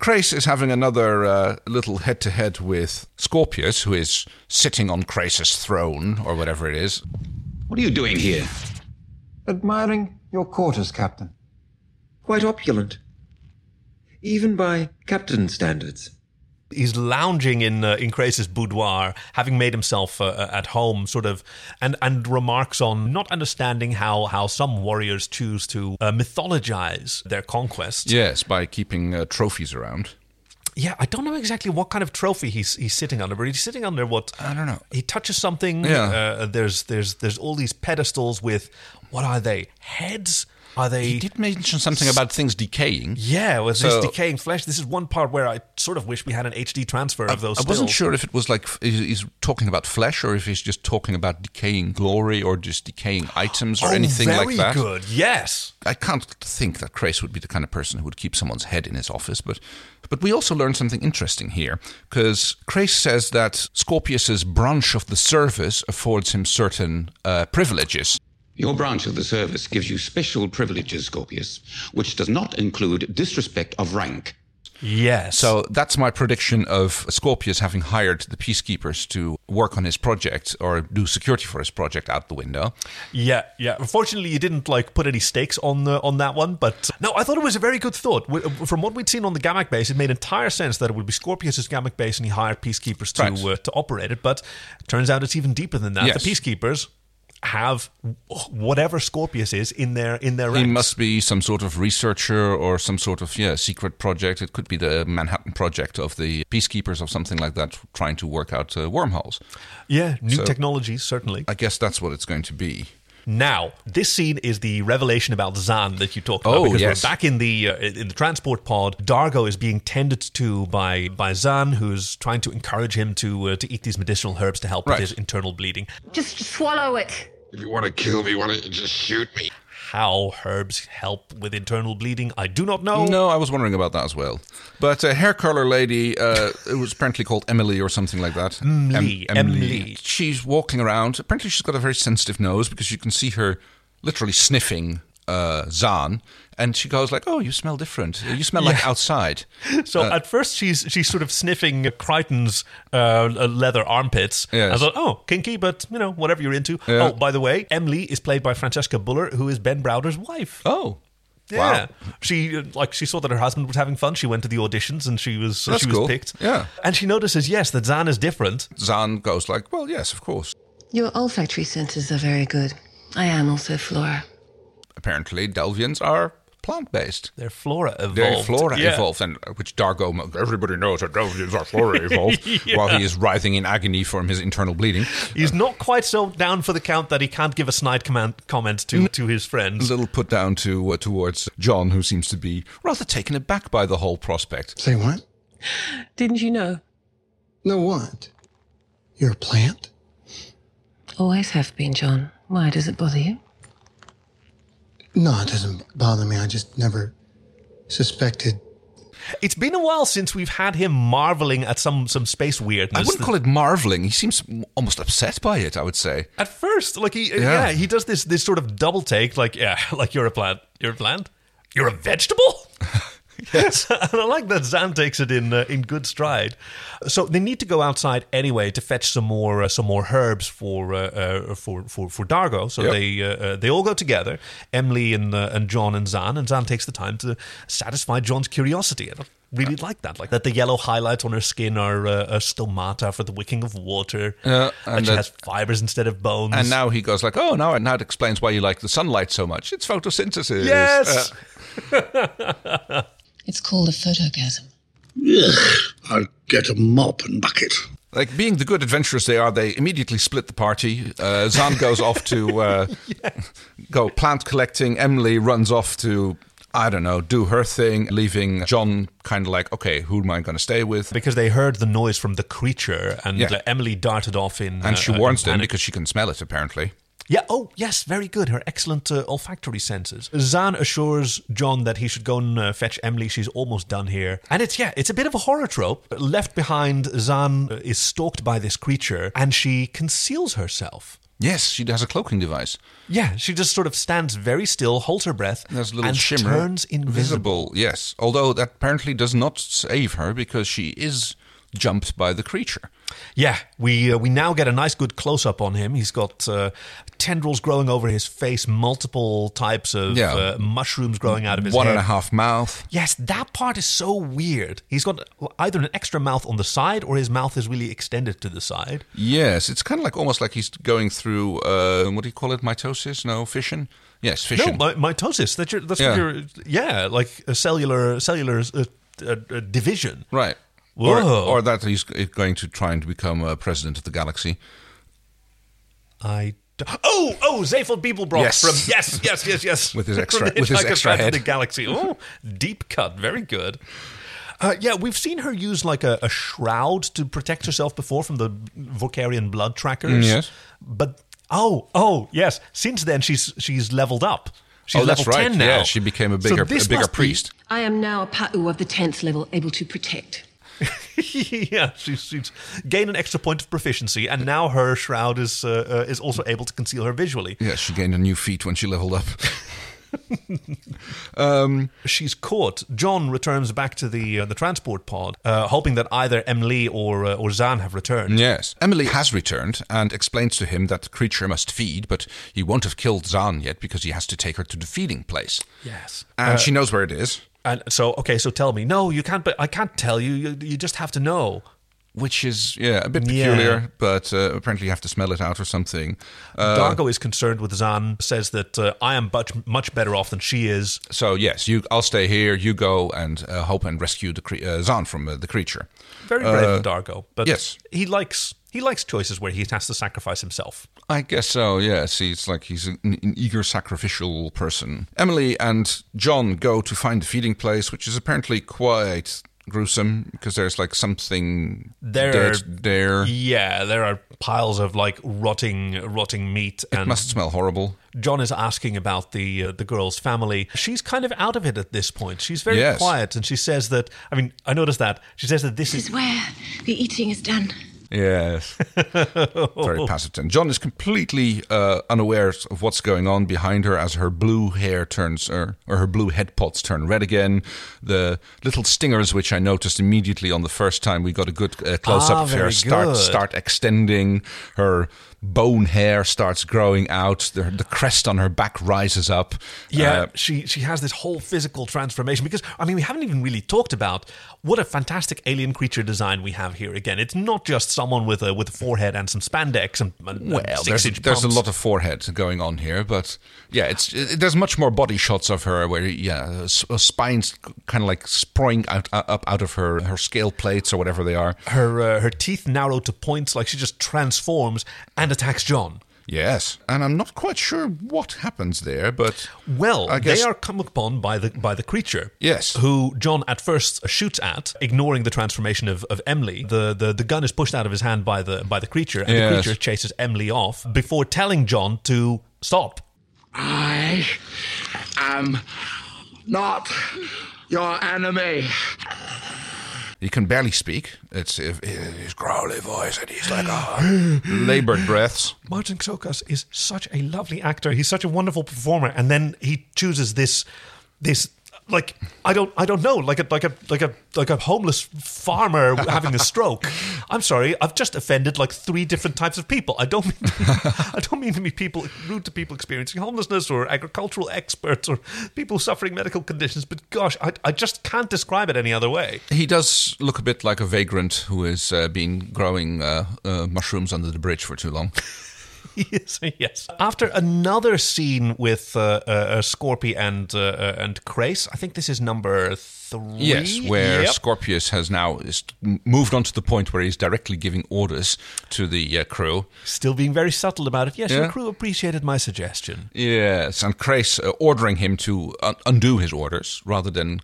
A: Crace is having another uh, little head to head with Scorpius, who is sitting on Crace's throne or whatever it is.
H: What are you doing here?
F: Admiring your quarters, Captain. Quite opulent. Even by captain standards.
B: he's lounging in uh, in Crace's boudoir, having made himself uh, uh, at home, sort of, and and remarks on not understanding how how some warriors choose to uh, mythologize their conquests.
A: Yes, by keeping uh, trophies around.
B: Yeah, I don't know exactly what kind of trophy he's he's sitting under, but he's sitting under what
A: I don't know.
B: He touches something.
A: Yeah.
B: Uh, there's there's there's all these pedestals with what are they? Heads? Are they?
A: He did mention something about things decaying.
B: yeah, with this
A: So-
B: decaying flesh. This is one part where I sort of wish we had an HD transfer of those.
A: I wasn't
B: stills.
A: sure if it was like f- he's he's talking about flesh or if he's just talking about decaying glory or just decaying items or
B: Oh,
A: anything
B: very
A: like that.
B: good. Yes.
A: I can't think that Crace would be the kind of person who would keep someone's head in his office, but but we also learn something interesting here because Crace says that Scorpius's branch of the service affords him certain uh, privileges.
G: Your branch of the service gives you special privileges, Scorpius, which does not include disrespect of rank.
B: Yes.
A: So that's my prediction of Scorpius having hired the peacekeepers to work on his project or do security for his project out the window.
B: yeah, yeah. Unfortunately, you didn't like put any stakes on the, on that one, but no, I thought it was a very good thought. W- uh, From what we'd seen on the Gamak base, it made entire sense that it would be Scorpius's Gamak base, and he hired peacekeepers to
A: Right.
B: uh, to operate it. But turns out it's even deeper than that.
A: Yes.
B: The peacekeepers have wh- whatever Scorpius is in their in their
A: He
B: ranks.
A: must be some sort of researcher or some sort of yeah secret project. It could be the Manhattan Project of the peacekeepers or something like that, trying to work out uh, wormholes.
B: yeah, new technologies certainly.
A: I guess that's what it's going to be.
B: Now, this scene is the revelation about Zan that you talked about.
A: Oh,
B: because
A: yes.
B: we're back in the uh, in the transport pod. Dargo is being tended to by by Zan, who's trying to encourage him to uh, to eat these medicinal herbs to help
A: Right.
B: with his internal bleeding.
I: Just swallow it.
J: If you want to kill me, why don't you just shoot me?
B: how herbs help with internal bleeding. I do not know.
A: No, I was wondering about that as well. But a hair curler lady, uh, it was apparently called Emily or something like that.
B: Emily, Mm, Emily.
A: She's walking around. Apparently, she's got a very sensitive nose because you can see her literally sniffing uh, Zahn. And she goes like, "Oh, you smell different. You smell like outside." Uh,
B: So at first she's she's sort of sniffing Crichton's uh, leather armpits.
A: Yes.
B: I thought, oh, kinky, but you know, whatever you're into.
A: Yeah.
B: Oh, by the way, Emily is played by Francesca Buller, who is Ben Browder's wife.
A: Oh,
B: Yeah, she uh, like she saw that her husband was having fun. She went to the auditions and she was
A: That's
B: she was
A: cool.
B: picked.
A: Yeah.
B: and she notices yes that Zan is different.
A: Zahn goes like, "Well, yes, of course."
I: Your olfactory senses are very good. I am also Flora.
A: Apparently, Delvians are plant-based.
B: Their flora evolved.
A: Their flora
B: Yeah.
A: evolved, and uh, which Dargo, everybody knows that Delvians are flora evolved, while he is writhing in agony from his internal bleeding.
B: He's not quite so down for the count that he can't give a snide command, comment to to his friends.
A: little put down to uh, towards John, who seems to be rather taken aback by the whole prospect.
J: Say what?
I: Didn't you know?
J: No, what? You're a plant?
I: Always have been, John. Why does it bother you?
J: No, it doesn't bother me. I just never suspected.
B: It's been a while since we've had him marveling at some some space weirdness.
A: I wouldn't call it marveling. He seems almost upset by it. I would say.
B: At first, like he, yeah.
A: Yeah.
B: he does this this sort of double take, like yeah, like you're a plant, you're a plant, you're a vegetable. yes, and I like that Zan takes it in uh, in good stride. So they need to go outside anyway to fetch some more uh, some more herbs for uh, uh, for for for Dargo. So
A: Yep.
B: they uh, uh, they all go together, Emily and uh, and John and Zan, and Zan takes the time to satisfy John's curiosity. And I really
A: Uh,
B: like that, like that the yellow highlights on her skin are uh, uh, stomata for the wicking of water,
A: Yeah,
B: and,
A: and
B: she
A: that-
B: has fibers instead of bones.
A: And now he goes like, "Oh, now now it explains why you like the sunlight so much. It's photosynthesis."
B: Yes.
A: Uh,
F: It's called a photogasm.
J: Ugh, I'll get a mop and bucket.
A: like being the good adventurers they are, they immediately split the party. Uh, Zan goes off to uh, go plant collecting. Emily runs off to. I don't know, do her thing, leaving John kind of like, okay, who am I going to stay with?
B: because they heard the noise from the creature, and
A: Yeah.
B: uh, Emily darted off in.
A: And
B: uh,
A: she
B: uh,
A: warns them
B: panic.
A: because she can smell it, apparently.
B: Yeah. Oh, yes. Very good. Her excellent uh, olfactory senses. Zan assures John that he should go and uh, fetch Emily. She's almost done here. And it's yeah, it's a bit of a horror trope. Left behind, Zan uh, is stalked by this creature, and she conceals herself.
A: Yes, she has a cloaking device.
B: Yeah, she just sort of stands very still, holds her breath,
A: And There's a little
B: and
A: shimmer.
B: turns invisible.
A: Visible, yes. Although that apparently does not save her because she is jumped by the creature.
B: Yeah, we uh, we now get a nice good close up on him. He's got uh, tendrils growing over his face, multiple types of
A: Yeah.
B: uh, mushrooms growing out of his
A: One
B: head.
A: and a half mouth.
B: Yes, that part is so weird. He's got either an extra mouth on the side or his mouth is really extended to the side.
A: Yes, it's kind of like almost like he's going through, uh, what do you call it, mitosis? No, fission? Yes, fission.
B: No, my, mitosis. That's your. That's
A: Yeah.
B: your. Yeah, like a cellular cellular uh, uh, uh, division.
A: right. Or,
B: Whoa.
A: or that he's going to try and become uh, president of the galaxy.
B: I. d- Oh, oh, Zaphod Beeblebrock
A: Yes.
B: from yes, yes, yes, yes,
A: With his
B: From
A: extra-
B: the
A: with his
B: Hitchhiker's
A: extra
B: Guide to
A: head.
B: the galaxy. Oh, deep cut, very good. Uh, yeah, we've seen her use like a, a shroud to protect herself before from the Vorkarian blood trackers.
A: Mm, yes.
B: but oh, oh, yes. Since then, she's she's leveled up. She's
A: Oh, that's
B: level
A: right.
B: ten now.
A: Yeah, she became a
B: So
A: bigger,
B: this
A: a bigger
B: must be-
A: priest.
I: I am now a Pa'u of the 10th level, able to protect.
B: yeah, she's, she's gained an extra point of proficiency, and now her shroud is uh, uh, is also able to conceal her visually.
A: Yes, she gained a new feat when she leveled up.
B: she's caught. John returns back to the uh, the transport pod, uh, hoping that either Emily or uh, or Zan have returned.
A: Yes. Emily has returned and explains to him that the creature must feed, but he won't have killed Zahn yet because he has to take her to the feeding place.
B: Yes.
A: And she knows where it is,
B: And so, okay, so tell me. No, you can't. But I can't tell you. You, you just have to know.
A: which is, yeah, a bit
B: Yeah.
A: peculiar, but uh, apparently you have to smell it out or something. Uh,
B: Dargo is concerned with Zan. Says that uh, I am much much better off than she is.
A: so, yes, you, I'll stay here, you go and uh, hope and rescue the cre- uh, Zahn from uh, the creature.
B: Very brave of Dargo, but
A: Uh, yes.
B: he likes he likes choices where he has to sacrifice himself.
A: I guess so, yes. He's like he's an, an eager sacrificial person. Emily and John go to find the feeding place, which is apparently quite gruesome because there's like something
B: There- e-
A: dirt there.
B: Yeah, there are piles of like rotting, rotting meat, and
A: Must smell horrible.
B: John is asking about the uh, the girl's family. She's kind of out of it at this point. She's very
A: Yes.
B: quiet, and she says that. I mean, I noticed that she says that this
F: This
B: is
F: is where the eating is done.
A: Yes. Very passive. And John is completely uh, unaware of what's going on behind her as her blue hair turns, or, or her blue head pots turn red again. The little stingers, which I noticed immediately on the first time we got a good uh, close up
B: Ah,
A: of her,
B: very
A: start,
B: good.
A: start extending. Her bone hair starts growing out. The, the crest on her back rises up.
B: Yeah,
A: Uh,
B: she she has this whole physical transformation because I mean we haven't even really talked about what a fantastic alien creature design we have here. Again, it's not just someone with a with a forehead and some spandex and, and
A: well, there's,
B: six-inch
A: there's a
B: pumps.
A: lot of forehead going on here, but yeah, it's it, there's much more body shots of her where yeah, s- uh, spines kind of like sprawling out uh, up out of her her scale plates or whatever they are.
B: her uh, her teeth narrow to points like she just transforms and attacks John.
A: Yes, and I'm not quite sure what happens there, but
B: Well,
A: I guess-
B: they are come upon by the by the creature.
A: Yes.
B: who John at first shoots at, ignoring the transformation of, of Emily. The, the the gun is pushed out of his hand by the by the creature, and
A: Yes.
B: the creature chases Emily off before telling John to stop.
E: I am not your enemy.
A: he can barely speak. It's uh, his growly voice, and he's like ah, labored breaths.
B: Martin Xokas is such a lovely actor. He's such a wonderful performer, and then he chooses this, this like I don't I don't know like a like a like a like a homeless farmer having a stroke. I'm sorry, I've just offended like three different types of people. I don't mean to, I don't mean to be people rude to people experiencing homelessness or agricultural experts or people suffering medical conditions, but gosh, I I just can't describe it any other way.
A: He does look a bit like a vagrant who has uh, been growing uh, uh, mushrooms under the bridge for too long.
B: yes, yes. After another scene with uh, uh, uh, Scorpy and uh, uh, and Crace, I think this is number three.
A: Yes, where
B: Yep.
A: Scorpius has now is moved on to the point where he's directly giving orders to the uh, crew.
B: still being very subtle about it. Yes,
A: Yeah.
B: your crew appreciated my suggestion.
A: Yes, and Crace uh, ordering him to un- undo his orders rather than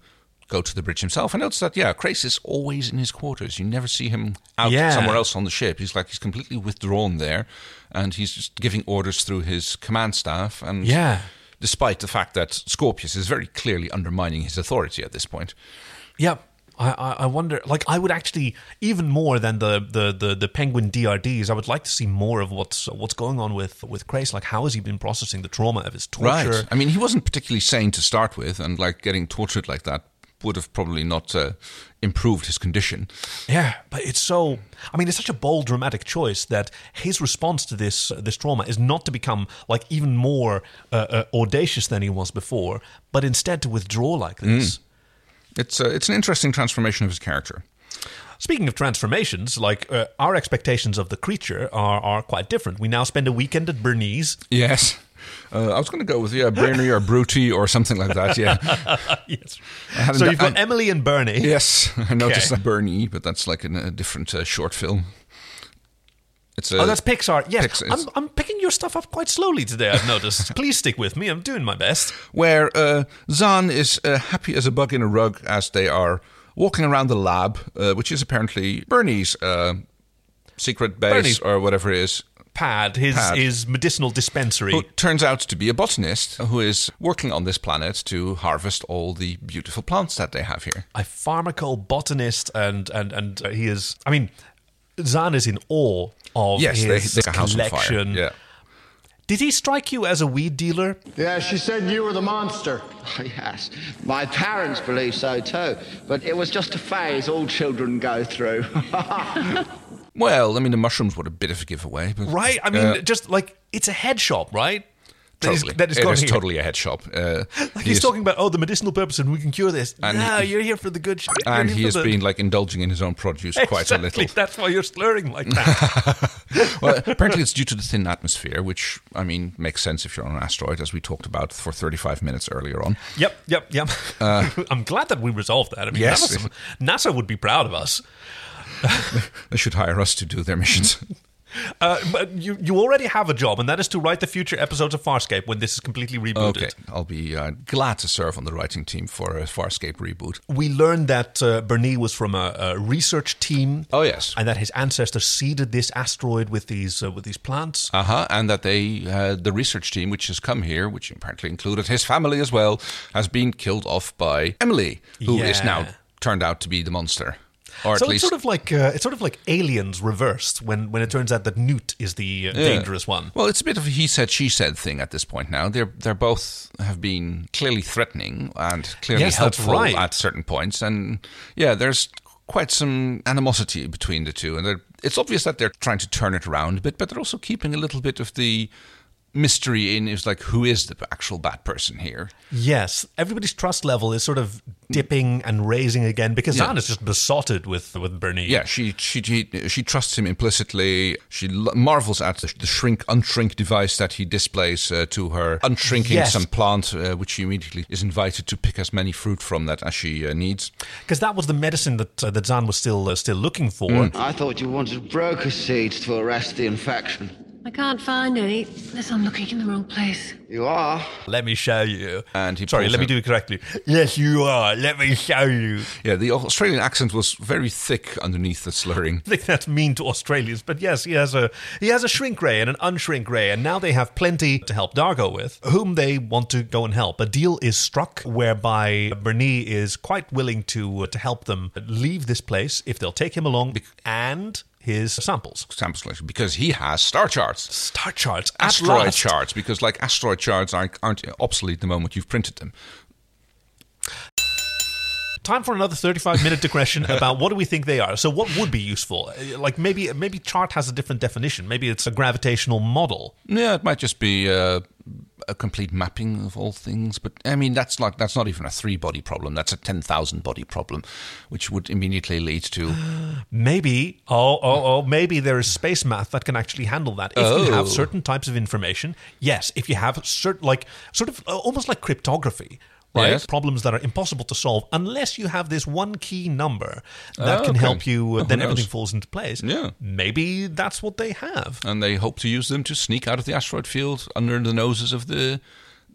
A: go to the bridge himself. I noticed that, yeah, Crace is always in his quarters. You never see him out
B: Yeah.
A: somewhere else on the ship. He's like, he's completely withdrawn there and he's just giving orders through his command staff. And
B: Yeah.
A: Despite the fact that Scorpius is very clearly undermining his authority at this point.
B: Yeah. I, I I wonder, like, I would actually, even more than the, the, the, the Penguin DRDs, I would like to see more of what's what's going on with, with Crace. Like, how has he been processing the trauma of his torture?
A: Right. I mean, he wasn't particularly sane to start with, and like getting tortured like that would have probably not uh, improved his condition.
B: Yeah, but it's so. I mean, it's such a bold, dramatic choice that his response to this uh, this trauma is not to become like even more uh, uh, audacious than he was before, but instead to withdraw like
A: Mm.
B: this.
A: It's uh, it's an interesting transformation of his character.
B: Speaking of transformations, like uh, our expectations of the creature are are quite different. We now spend a weekend at Bernese.
A: Yes. Uh, I was going to go with yeah, Brainy or Bruty or something like that. Yeah.
B: yes.
A: hadn't
B: So
A: done-
B: you've got
A: I-
B: Emily and Bernie.
A: yes. I noticed
B: Okay.
A: that Bernie, but that's like in a different uh, short film. It's uh, a,
B: Oh, that's Pixar. Yes,
A: Pixar.
B: I'm, I'm picking your stuff up quite slowly today. I've noticed. Please stick with me. I'm doing my best.
A: where uh, Zahn is uh, happy as a bug in a rug as they are walking around the lab, uh, which is apparently Bernie's uh, secret base
B: Bernie's-
A: or whatever it is.
B: Pad, his
A: Pad.
B: his medicinal dispensary.
A: Who turns out to be a botanist who is working on this planet to harvest all the beautiful plants that they have here.
B: a pharmacobotanist, and and and uh, he is. I mean, Zahn is in awe of
A: Yes, they,
B: his
A: they a house on fire.
B: collection.
A: Yeah.
B: Did he strike you as a weed dealer?
E: Yeah, she said you were the monster.
K: Oh, Yes, my parents believe so too, but it was just a phase all children go through.
A: Well, I mean, the mushrooms were a bit of a giveaway, but
B: Right. I mean,
A: Uh,
B: just like it's a head shop, right? That is-
A: totally.
B: that is
A: It
B: gone
A: is
B: here.
A: totally a head shop. Uh,
B: Like
A: he
B: he's
A: is-
B: talking about, oh, the medicinal purpose, and we can cure this.
A: And
B: no,
A: he-
B: you're here for the good. Sh- you're
A: and
B: here
A: he
B: for
A: has
B: the-
A: been like indulging in his own produce quite a
B: Exactly,
A: little.
B: That's why you're slurring like that.
A: well, apparently it's due to the thin atmosphere, which I mean makes sense if you're on an asteroid, as we talked about for 35 minutes earlier on.
B: yep, yep, yep. I'm glad that we resolved that. I mean,
A: Uh, Yes.
B: that was- NASA would be proud of us.
A: They should hire us to do their missions.
B: Uh, but you, you already have a job, and that is to write the future episodes of Farscape when this is completely rebooted.
A: Okay, I'll be uh, glad to serve on the writing team for a Farscape reboot.
B: We learned that uh, Bernie was from a, a research team.
A: Oh yes,
B: and that his ancestors seeded this asteroid with these uh, with these plants.
A: Uh huh. And that they, uh, the research team, which has come here, which apparently included his family as well, has been killed off by Emily, who is
B: Yeah.
A: now turned out to be the monster, or
B: so
A: at least
B: it's sort of like uh, it's sort of like aliens reversed when when it turns out that Newt is the uh,
A: Yeah.
B: dangerous one.
A: Well, it's a bit of a he said she said thing at this point. Now they're they're both have been clearly threatening and clearly
B: Yes, that's
A: helpful
B: right.
A: at certain points, and yeah, there's quite some animosity between the two, and they're- it's obvious that they're trying to turn it around a bit, but they're also keeping a little bit of the mystery in is like who is the actual bad person here
B: Yes, everybody's trust level is sort of dipping and raising again because
A: Yeah.
B: Zan is just besotted with with Bernie.
A: yeah she she she, she trusts him implicitly she lo- marvels at the, the shrink unshrink device that he displays uh, to her unshrinking
B: Yes.
A: some plant uh, which she immediately is invited to pick as many fruit from that as she uh, needs
B: because that was the medicine that uh, that Zan was still uh, still looking for.
A: Mm.
K: I thought you wanted broker seeds to arrest the infection.
I: I can't find any unless I'm looking in the wrong place.
K: You are.
B: Let me show you.
A: and he
B: Sorry,
A: pulls
B: let me
A: out-
B: do it correctly. Yes, you are. Let me show you.
A: yeah the australian accent was very thick underneath the slurring
B: I think that's mean to Australians, but yes, he has a he has a shrink ray and an unshrink ray, and now they have plenty to help Dargo with, whom they want to go and help. A deal is struck whereby Bernie is quite willing to to help them leave this place if they'll take him along and his samples,
A: sample selection because he has star charts
B: star charts, at
A: asteroid
B: last.
A: charts because like asteroid charts aren't, aren't obsolete the moment you've printed them
B: Time for another 35 minute digression about what do we think they are. So what would be useful? Uh, Like maybe maybe chart has a different definition. Maybe it's a gravitational model.
A: Yeah, it might just be uh, a complete mapping of all things, but I mean that's like that's not even a three body problem. That's a ten thousand body problem, which would immediately lead to
B: Maybe, oh, oh, oh, maybe there is space math that can actually handle that. If you
A: Oh.
B: have certain types of information, yes. If you have certain, like, sort of uh, almost like cryptography, right?
A: Yes.
B: Problems that are impossible to solve unless you have this one key number that
A: Oh,
B: can
A: okay.
B: help you, uh,
A: Oh,
B: then
A: who knows?
B: everything falls into place.
A: Yeah.
B: Maybe that's what they have.
A: and they hope to use them to sneak out of the asteroid field under the noses of the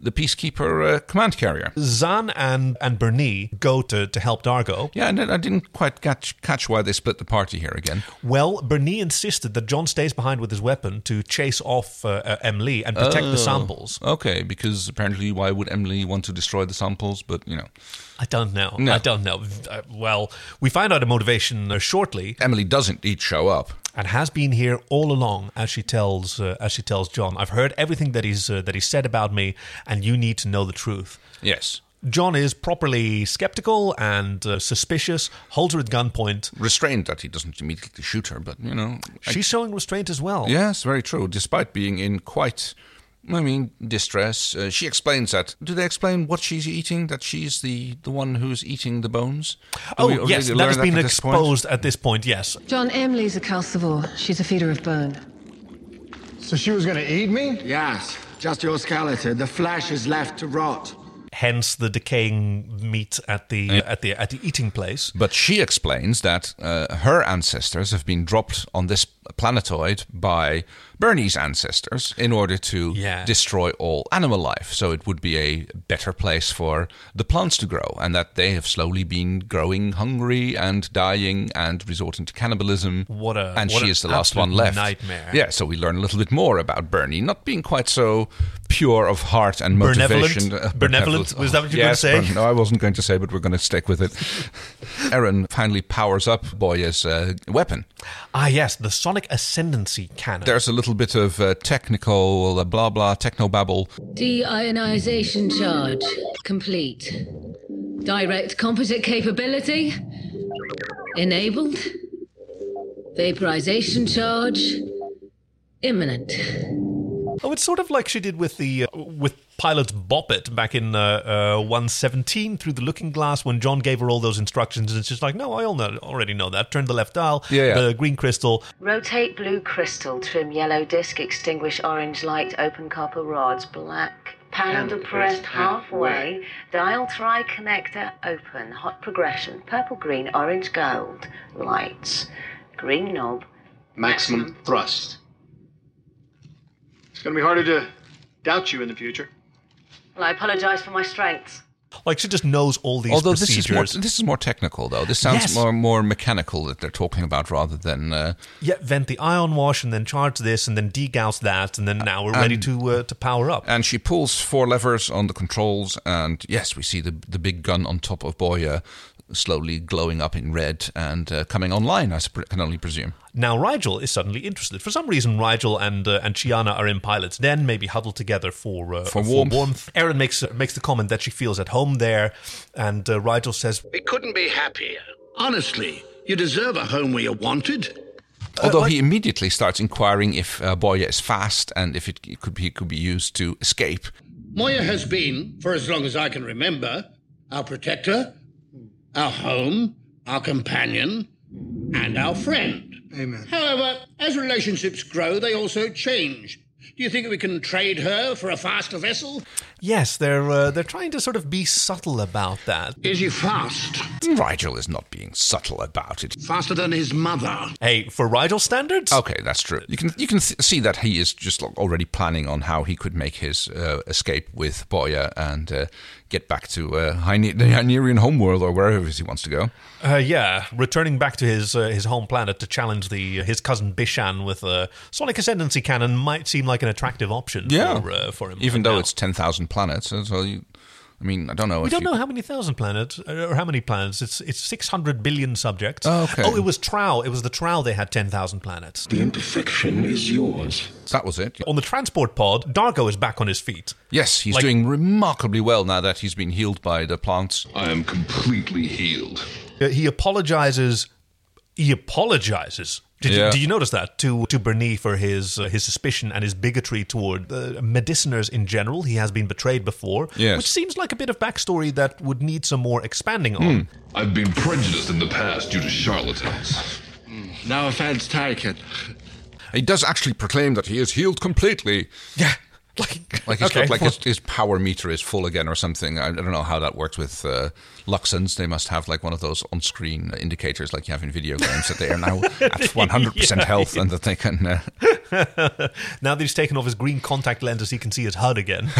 A: the peacekeeper uh, command carrier.
B: Zan and, and Bernie go to, to help Dargo.
A: Yeah, and then I didn't quite catch catch why they split the party here again.
B: Well, Bernie insisted that John stays behind with his weapon to chase off uh, uh, M. Lee and protect
A: Oh.
B: the samples.
A: Okay, because apparently, why would Emily want to destroy the samples? But you know,
B: I don't know.
A: No.
B: I don't know. Uh, well, we find out a motivation there shortly,
A: Emily does indeed show up.
B: and has been here all along. As she tells, uh, as she tells John, I've heard everything that he's uh, that he said about me, and you need to know the truth.
A: Yes,
B: John is properly skeptical and uh, suspicious. Holds her at gunpoint.
A: restrained that he doesn't immediately shoot her, but you know, I
B: She's showing restraint as well.
A: Yes, very true. Despite being in quite, I mean, distress, uh, she explains that. Do they explain what she's eating? That she's the the one who's eating the bones. Do
B: Oh
A: we already
B: yes, that
A: learn
B: has been
A: at this point?
B: exposed at this point. Yes,
I: John Emley's a calcivore. She's a feeder of bone.
E: So she was gonna eat me?
K: Yes, just your skeleton. The flesh is left to rot.
B: hence the decaying meat at the at the at the eating place.
A: But she explains that uh, her ancestors have been dropped on this planetoid by Bernie's ancestors in order to
B: Yeah.
A: destroy all animal life. So it would be a better place for the plants to grow, and that they have slowly been growing hungry and dying and resorting to cannibalism.
B: What a-
A: and
B: what
A: she
B: an
A: is the last
B: absolute
A: one left.
B: nightmare.
A: Yeah. So we learn a little bit more about Bernie not being quite so pure of heart and
B: Benevolent?
A: motivation. uh, Oh,
B: Benevolent? Was that what you were
A: yes,
B: gonna say?
A: Bern- no, I wasn't going to say, but we're going to stick with it. Aaron finally powers up Boya's uh, weapon.
B: Ah yes, the sonic ascendancy cannon.
A: There's a little bit of uh, technical uh, blah blah techno babble.
I: Deionization charge complete. Direct composite capability enabled. Vaporization charge imminent.
B: Oh, it's sort of like she did with the uh, with pilot Bop It back in uh, uh, 117 through the Looking Glass when John gave her all those instructions, and she's like, "No, I all know, already know that. Turn the left dial.
A: Yeah, yeah.
B: The green crystal.
L: Rotate blue crystal, trim yellow disc, extinguish orange light, open copper rods, black. Panel depressed halfway, dial tri connector open, hot progression, purple green, orange gold, lights, green knob,
E: Maximum thrust. It's going to be harder to doubt you in the future.
L: Well, I apologize for my strengths.
B: Like she just knows all these
A: Although
B: procedures.
A: this is more this is more technical though. This sounds
B: Yes.
A: more more mechanical that they're talking about rather than uh,
B: yeah, vent the ion wash and then charge this and then degauss that and then now we're ready
A: and-
B: to uh, to power up.
A: And she pulls four levers on the controls, and yes, we see the the big gun on top of Boya slowly glowing up in red and uh, coming online. I sp- can only presume.
B: Now Rigel is suddenly interested. For some reason, Rigel and uh, and Chiana are in Pilot's Den, maybe huddled together for uh,
A: For warmth.
B: Aaron makes makes the comment that she feels at home there, and uh, Rigel says,
M: We couldn't be happier. Honestly, you deserve a home where you're wanted.
B: Uh,
A: Although he immediately starts inquiring if uh, Boya is fast and if it, it could be it could be used to escape.
M: Moya has been, for as long as I can remember, our protector, our home, our companion, and our friend.
J: Amen.
M: However, as relationships grow, they also change. Do you think we can trade her for a faster vessel?
B: "Yes, they're uh, they're trying to sort of be subtle about that."
M: Is he fast?
B: Hmm.
A: Rigel is not being subtle about it.
M: Faster than his mother.
B: Hey, for Rigel standards,
A: Okay, that's true. You can you can th- see that he is just like, already planning on how he could make his uh, escape with Boya and uh, get back to uh, Hyne- the Hynerian homeworld or wherever it is he wants to go.
B: uh, yeah, returning back to his uh, his home planet to challenge the uh, his cousin Bishan with a sonic ascendancy cannon might seem like an attractive option. for, uh, for him.
A: Even though it's ten thousand planets, and so you, I mean, I don't know.
B: We
A: if
B: don't
A: you,
B: know how many thousand planets uh, or how many planets. It's it's six hundred billion subjects.
A: Oh, okay.
B: Oh, it was Trow. It was the Trow. They had ten thousand planets.
A: The imperfection is yours. That was it.
B: On the transport pod, Dargo is back on his feet.
A: Yes, he's
B: Oh, Like-
A: doing remarkably well now that he's been healed by the plants.
N: I am completely healed.
B: Uh, He apologizes. He apologizes. Did,
A: Yeah.
B: you, did you notice that to to Bernie for his uh, his suspicion and his bigotry toward uh, mediciners in general? He has been betrayed before,
N: Yes.
B: which seems like a bit of backstory that would need some more expanding on.
A: Hmm.
N: I've been prejudiced in the past due to charlatans.
A: No offense taken. He does actually proclaim that he is healed completely.
B: Yeah.
A: Like, like, he's
B: okay.
A: got, like his, his power meter is full again or something. I, I don't know how that works with uh, Luxons. They must have like one of those on screen indicators like you have in video games that they are now at 100%
B: Yeah.
A: health and that they can. Uh,
B: now that he's taken off his green contact lenses, he can see his HUD again.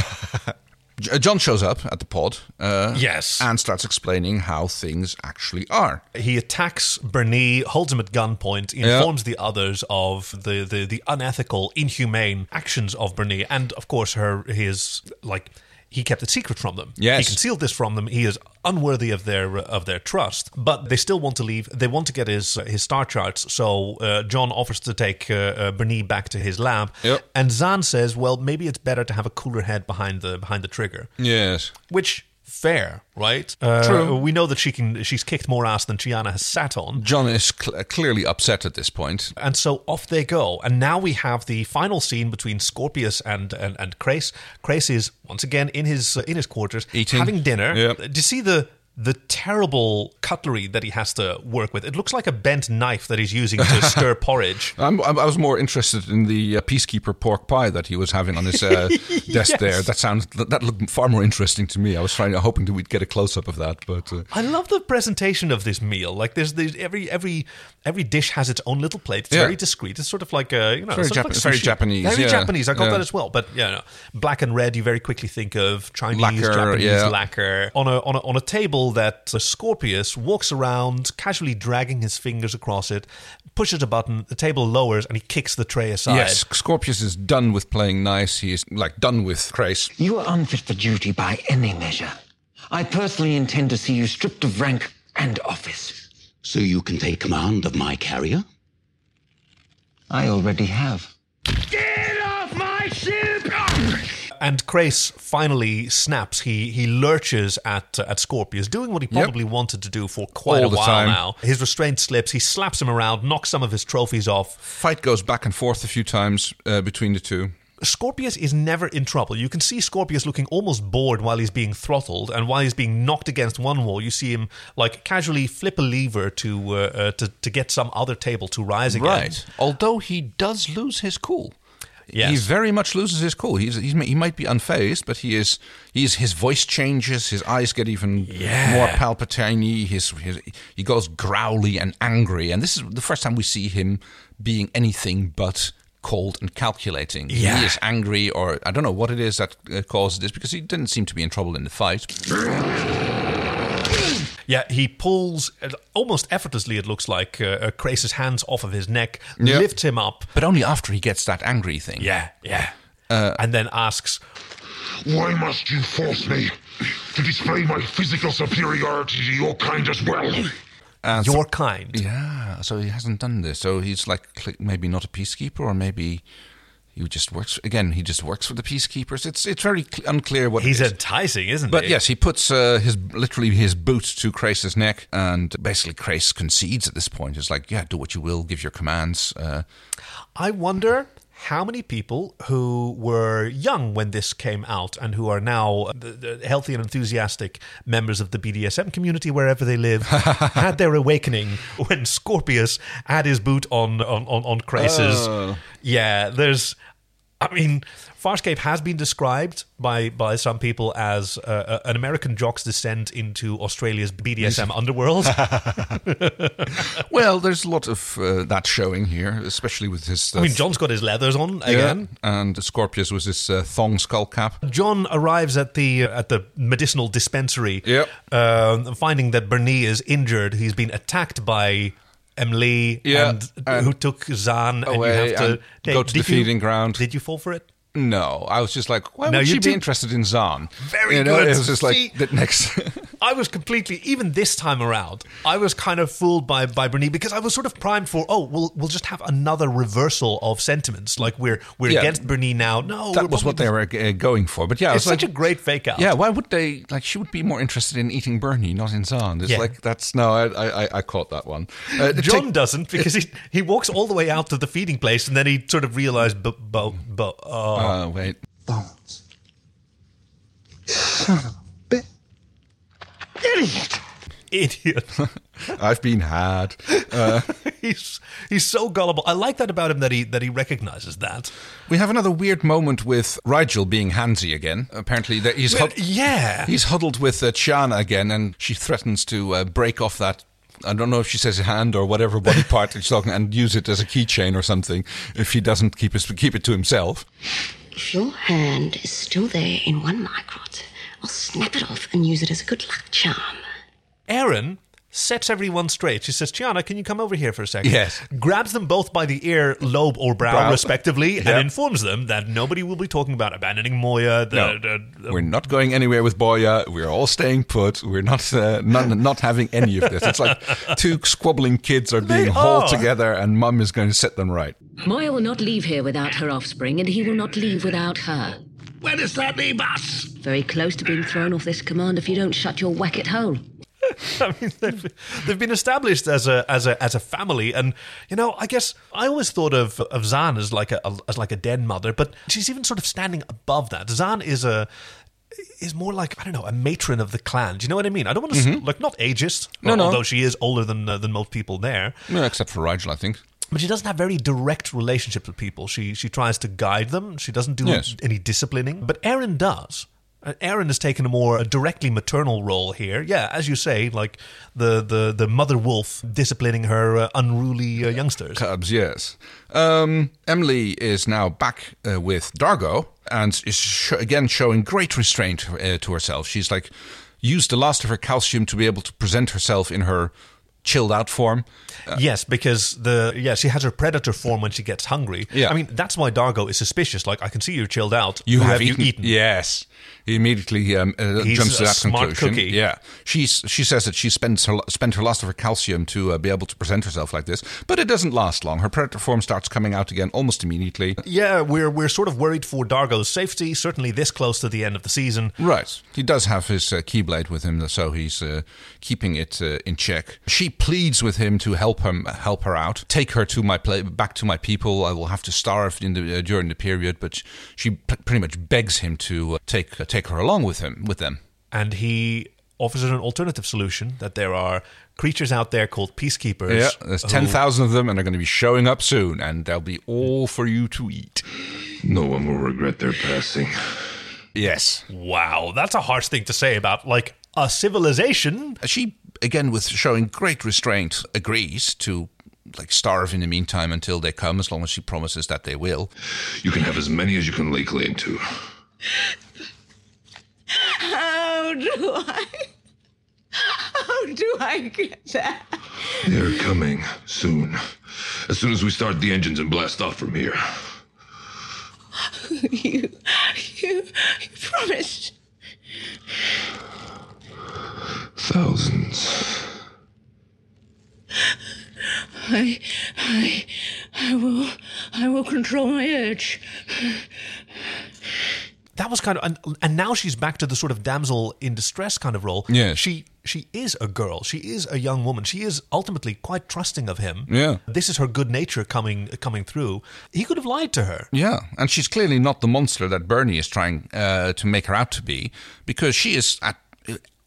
A: J- uh, John shows up at the pod. Uh,
B: yes.
A: And starts explaining how things actually are.
B: He attacks Bernie, holds him at gunpoint,
A: Yeah.
B: informs the others of the, the, the unethical, inhumane actions of Bernie, and of course her his like he kept it secret from them.
A: Yes.
B: he concealed this from them. He is unworthy of their of their trust, but they still want to leave. They want to get his his star charts. So uh, John offers to take uh, uh, Bernie back to his lab,
A: Yep.
B: and Zan says, "Well, maybe it's better to have a cooler head behind the behind the trigger."
A: Yes.
B: Which fair, right?
A: True.
B: Uh, We know that she can. She's kicked more ass than Chiana has sat on,
A: John is cl- clearly upset at this point.
B: and so off they go. And now we have the final scene between Scorpius and and and Krace. Krace is once again in his uh, in his quarters,
A: Eating.
B: having dinner.
A: Yep.
B: Do you see the? The terrible cutlery that he has to work with. It looks like a bent knife that he's using to stir porridge.
A: I'm, I'm, I was more interested in the uh, peacekeeper pork pie that he was having on his uh, desk
B: Yes.
A: there. That sounds that, that looked far more interesting to me. I was trying, hoping that we'd get a close up of that, but uh,
B: I love the presentation of this meal. Like there's, there's every every every dish has its own little plate. It's
A: Yeah.
B: very discreet. It's sort of like a you know
A: Very
B: sort of
A: Jap-
B: like
A: it's very
B: sushi.
A: Japanese,
B: Very
A: yeah.
B: Japanese. I got
A: Yeah.
B: that as well. But yeah, no. black and red. You very quickly think of Chinese,
A: Lacquer,
B: Japanese
A: yeah.
B: lacquer on a on a on a table that uh, Scorpius walks around casually dragging his fingers across it, pushes a button, the table lowers, and he kicks the tray aside.
A: yes, Scorpius is done with playing nice. He is like done with Crace.
H: You are unfit for duty by any measure. I personally intend to see you stripped of rank and office.
G: So you can take command of my carrier?
H: I already have.
M: Get off my ship!
B: And Krace finally snaps. He he lurches at uh, at Scorpius, doing what he
A: Yep.
B: probably wanted to do for quite
A: All
B: a
A: the
B: while
A: time.
B: now. His restraint slips. He slaps him around, knocks some of his trophies off.
A: Fight goes back and forth a few times uh, between the two.
B: Scorpius is never in trouble. You can see Scorpius looking almost bored while he's being throttled, and while he's being knocked against one wall, you see him like casually flip a lever to uh, uh, to to get some other table to rise again.
A: Right. Although he does lose his cool.
B: Yes.
A: He very much loses his cool. He's, he's he might be unfazed, but he is he is his voice changes, his eyes get even
B: Yeah.
A: more palpatiny. His, his he goes growly and angry, and this is the first time we see him being anything but cold and calculating.
B: Yeah.
A: He is angry, or I don't know what it is that uh, caused this because he didn't seem to be in trouble in the fight.
B: Yeah, he pulls uh, almost effortlessly. It looks like uh, uh, Crace's hands off of his neck,
A: Yeah.
B: lifts him up,
A: but only after he gets that angry thing.
B: Yeah, yeah,
A: Uh,
B: and then asks,
O: Why must you force me to display my physical superiority to your kind as well?
A: And
B: Your kind.
A: Yeah. So he hasn't done this. So he's like cl- maybe not a peacekeeper, or maybe he just works again. He just works for the peacekeepers. It's it's very cl- unclear what it
B: "He's
A: is.
B: enticing, isn't
A: But
B: he?"
A: yes, he puts uh, his literally his boot to Crace's neck, and basically Crace concedes at this point. It's like, yeah, do what you will, give your commands. Uh,
B: I wonder how many people who were young when this came out and who are now uh, the, the healthy and enthusiastic members of the BDSM community wherever they live had their awakening when Scorpius had his boot on on on, on Crace's.
A: Oh.
B: Yeah, there's. I mean, Farscape has been described by, by some people as uh, uh, an American jock's descent into Australia's BDSM underworld.
A: well, there's a lot of uh, that showing here, especially with his. uh,
B: I mean, John's got his leathers on
A: Yeah,
B: again.
A: and Scorpius was his uh, thong skull cap.
B: John arrives at the uh, at the medicinal dispensary, um, finding that Bernie is injured. He's been attacked by Emily,
A: Yeah,
B: and,
A: and
B: who took Zan, and you
A: away
B: have to
A: and go to the
B: did you-
A: feeding ground.
B: Did you fall for it?
A: No, I was just like, why
B: No,
A: would
B: you
A: she be
B: did-
A: interested in Zahn?
B: Very
A: You know,
B: good.
A: It was just like
B: See?
A: the next.
B: I was completely even this time around. I was kind of fooled by by Bernie because I was sort of primed for oh we'll we'll just have another reversal of sentiments like we're we're
A: Yeah.
B: against Bernie now. No, we're
A: that was
B: probably
A: what they were uh, going for. But yeah, I
B: It's
A: was
B: such
A: like,
B: a great fake out.
A: Yeah, why would they? Like, she would be more interested in eating Bernie, not in Zahn. It's
B: Yeah.
A: like that's no, I I, I- I caught that one. Uh,
B: John
A: take-
B: doesn't because he he walks all the way out to the feeding place and then he sort of realized, but but but
A: Oh, wait.
J: Bones. Son of a bitch. Idiot.
B: idiot.
A: I've been had. Uh,
B: he's he's so gullible. I like that about him that he that he recognizes that.
A: we have another weird moment with Rigel being handsy again. Apparently, that he's
B: Well,
A: hud-
B: yeah.
A: he's huddled with uh, Chana again, and she threatens to uh, break off that. I don't know if she says hand or whatever body part that she's talking, and use it as a keychain or something if he doesn't keep his, keep it to himself.
F: If your hand is still there in one microt, I'll snap it off and use it as a good luck charm.
B: Aaron sets everyone straight. She says, "Chiana, can you come over here for a second?
A: Yes.
B: Grabs them both by the ear lobe or brow,
A: Brow.
B: respectively, and
A: Yeah.
B: informs them that nobody will be talking about abandoning Moya. The,
A: No.
B: the- the-
A: We're not going anywhere with Boya. We're all staying put. We're not uh, not, not having any of this. It's like two squabbling kids are being
P: They
A: hauled
P: are.
A: together, and mum is going to set them right.
P: Moya will not leave here without her offspring, and he will not leave without her.
M: Where does that leave us?
P: Very close to being thrown off this command if you don't shut your wacket hole.
B: I mean, they've, they've been established as a as a as a family, and you know, I guess I always thought of of Zan as like a as like a den mother, but she's even sort of standing above that. Zan is a is more like I don't know a matron of the clan. Do you know what I mean? I don't want to
A: Mhm.
B: like not ageist,
A: No, no.
B: although she is older than uh, than most people there.
A: Well, except for Rigel, I think.
B: But she doesn't have very direct relationships with people. She she tries to guide them. She doesn't do
A: Yes.
B: any disciplining. But Aaron does. And Aaron has taken a more directly maternal role here. Yeah, as you say, like the the, the mother wolf disciplining her uh, unruly uh, youngsters.
A: Cubs, yes. Um, Emily is now back uh, with Dargo and is sh- again showing great restraint uh, to herself. She's like used the last of her calcium to be able to present herself in her chilled out form.
B: yes, because the yeah she has her predator form when she gets hungry.
A: Yeah.
B: I mean that's why Dargo is suspicious. Like I can see you're chilled out.
A: You
B: Who
A: have,
B: you
A: eaten. Yes. He immediately um, uh,
B: He's
A: jumps to
B: a
A: that
B: smart
A: conclusion.
B: cookie.
A: Yeah. She's, she says that she spends her, spent her last of her calcium to uh, be able to present herself like this, but it doesn't last long. Her predator form starts coming out again almost immediately.
B: Yeah, we're we're sort of worried for Dargo's safety. Certainly this close to the end of the season.
A: Right. He does have his uh, keyblade with him, so he's uh, keeping it uh, in check. She pleads with him to help him help her out. Take her to my pla- back to my people. I will have to starve in the, uh, during the period, but sh- she p- pretty much begs him to uh, take uh, take her along with him with them.
B: and he offers an alternative solution that there are creatures out there called peacekeepers.
A: Yeah, there's
B: who-
A: 10,000 of them, and they're going to be showing up soon, and they'll be all for you to eat.
N: No one will regret their passing.
A: Yes.
B: Wow, that's a harsh thing to say about like a civilization.
A: She, again, with showing great restraint, agrees to like starve in the meantime until they come, as long as she promises that they will.
N: You can have as many as you can lay claim to.
F: How do I? How do I get that?
N: They're coming soon. As soon as we start the engines and blast off from here.
F: You, you, you promised.
N: Thousands.
F: I, I, I will, I will control my urge.
B: That was kind of, and, and now she's back to the sort of damsel in distress kind of role.
A: Yes.
B: she she is a girl. She is a young woman. She is ultimately quite trusting of him.
A: Yeah.
B: this is her good nature coming coming through. He could have lied to her.
A: Yeah, and she's clearly not the monster that Bernie is trying uh, to make her out to be, because she is at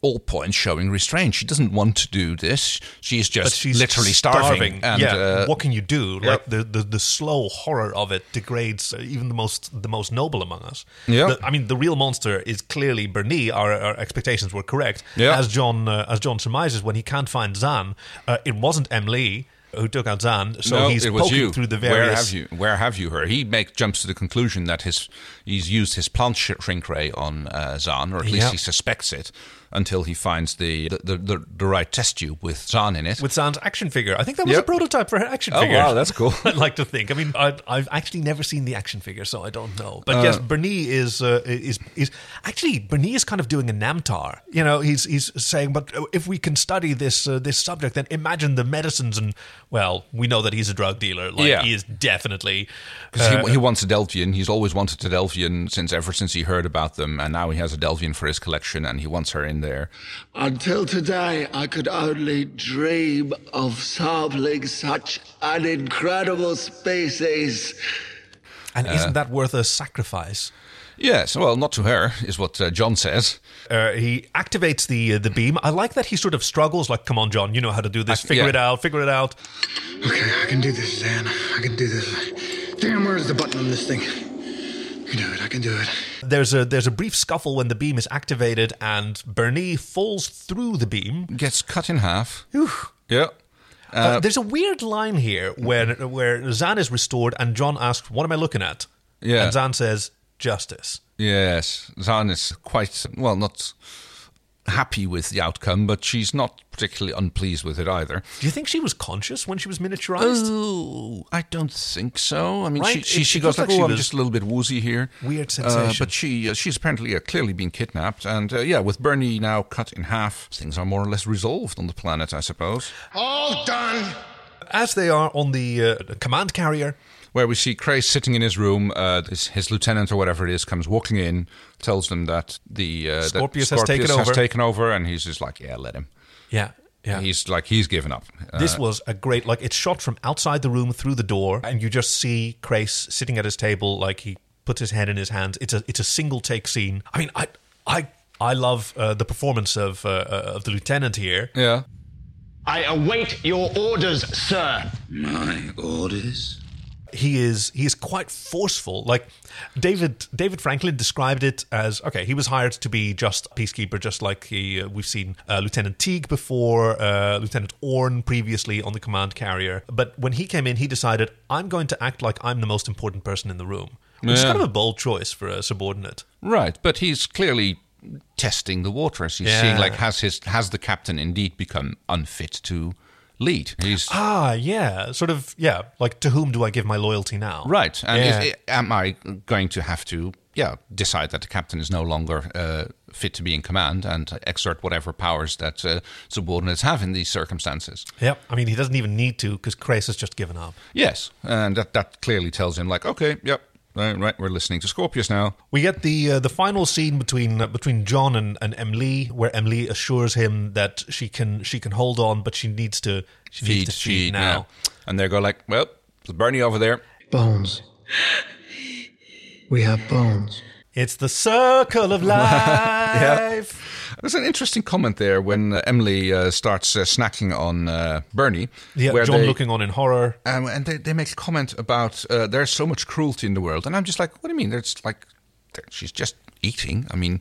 A: all points showing restraint. She doesn't want to do this. She is just
B: but she's
A: literally starving. And,
B: yeah,
A: uh,
B: what can you do?
A: yeah.
B: Like the, the the slow horror of it degrades uh, even the most the most noble among us.
A: Yeah.
B: The- I mean the real monster is clearly Bernie. Our, our expectations were correct.
A: Yeah.
B: as John uh, as John surmises when he can't find Zan, uh, it wasn't M Lee who took out Zan. So
A: no,
B: he's
A: it was
B: poking
A: you.
B: through the
A: Where
B: various.
A: have you? Where have you her? He make jumps to the conclusion that his he's used his plant sh- shrink ray on uh, Zahn, or at least
B: Yeah.
A: he suspects it until he finds the the, the, the, the right test tube with Zahn in it.
B: With Zan's action figure, I think that was
A: Yep.
B: a prototype for her action
A: Oh,
B: figure.
A: wow, that's cool.
B: I'd like to think. I mean, I, I've actually never seen the action figure, so I don't know. But
A: Uh,
B: yes, Bernie is uh, is is actually Bernie is kind of doing a Namtar. You know, he's he's saying, but uh, if we can study this uh, this subject, then imagine the medicines and well, we know that he's a drug dealer. Like
A: Yeah.
B: he is definitely.
A: Because
B: uh,
A: he, he wants a Delvian. He's always wanted a Delvian since ever since he heard about them, and now he has a Delvian for his collection, and he wants her in there.
E: Until today, I could only dream of sampling such an incredible species.
A: Uh.
B: and isn't that worth a sacrifice?
A: Yes, well, not to her is what uh, John says.
B: Uh, he activates the uh, the beam. I like that he sort of struggles. Like, come on, John, you know how to do this.
A: I-
B: Figure
A: yeah.
B: it out. Figure it out.
J: Okay, I can do this, Zan. I can do this. Damn, where's the button on this thing? I can do it. I can do it.
B: There's a there's a brief scuffle when the beam is activated and Bernie falls through the beam.
A: Gets cut in half. Yeah.
B: Uh, there's a weird line here where where Zan is restored and John asks, "What am I looking at?"
A: Yeah.
B: And Zan says, "Justice."
A: Yes, Zan is quite, well, not happy with the outcome, but she's not particularly unpleased with it either.
B: Do you think she was conscious when she was miniaturized?
A: Oh, I don't think so. I mean,
B: Right?
A: she, she,
B: It-
A: she
B: it
A: goes
B: looked
A: like,
B: like she
A: "Oh, I'm
B: was-
A: just a little bit woozy here."
B: Weird
A: Uh,
B: sensation.
A: but she uh, she's apparently uh, clearly been kidnapped, and uh, yeah, with Bernie now cut in half, things are more or less resolved on the planet, I suppose.
E: All done.
B: As they are on the uh, command carrier,
A: Where we see Cray sitting in his room, uh, his, his lieutenant or whatever it is comes walking in, tells them that the uh, that
B: Scorpius has taken
A: Scorpius
B: over.
A: taken over, and he's just like, "Yeah, let him."
B: yeah, yeah.
A: He's like, he's given up. Uh,
B: This was a great like it's shot from outside the room through the door, and you just see Crace sitting at his table, like he puts his head in his hands. It's a it's a single take scene. I mean, I I I love uh, the performance of uh, uh, of the lieutenant here.
A: Yeah.
K: I await your orders, sir.
G: My orders?
B: He is he is quite forceful. Like David David Franklin described it as okay. He was hired to be just peacekeeper, just like he uh, we've seen uh, Lieutenant Teague before, uh, Lieutenant Orne previously on the command carrier. But when he came in, he decided I'm going to act like I'm the most important person in the room, which is
A: Yeah.
B: kind of a bold choice for a subordinate.
A: Right, but he's clearly testing the waters. He's
B: Yeah.
A: seeing like has his has the captain indeed become unfit to lead? He's
B: Ah, yeah, sort of yeah. Like to whom do I give my loyalty now?
A: right, and
B: yeah.
A: is, eh, am I going to have to yeah decide that the captain is no longer uh, fit to be in command and exert whatever powers that uh, subordinates have in these circumstances?
B: Yep. I mean, he doesn't even need to because Crace has just given up.
A: Yes, and that that clearly tells him like okay, yep, right, right we're listening to Scorpius now.
B: We get the uh, the final scene between uh, between John and, and Emily, where Emily assures him that she can she can hold on, but she needs to she needs to feed, now.
A: and they go like, well, there's Bernie over there.
J: Bones. We have bones.
B: It's the circle of life.
A: There's an interesting comment there when uh, Emily uh, starts uh, snacking on uh, Bernie.
B: yeah,
A: where
B: John
A: they-
B: looking on in horror.
A: Um, and they, they make a comment about uh, there's so much cruelty in the world. And I'm just like, what do you mean? There's like, there- she's just eating. I mean,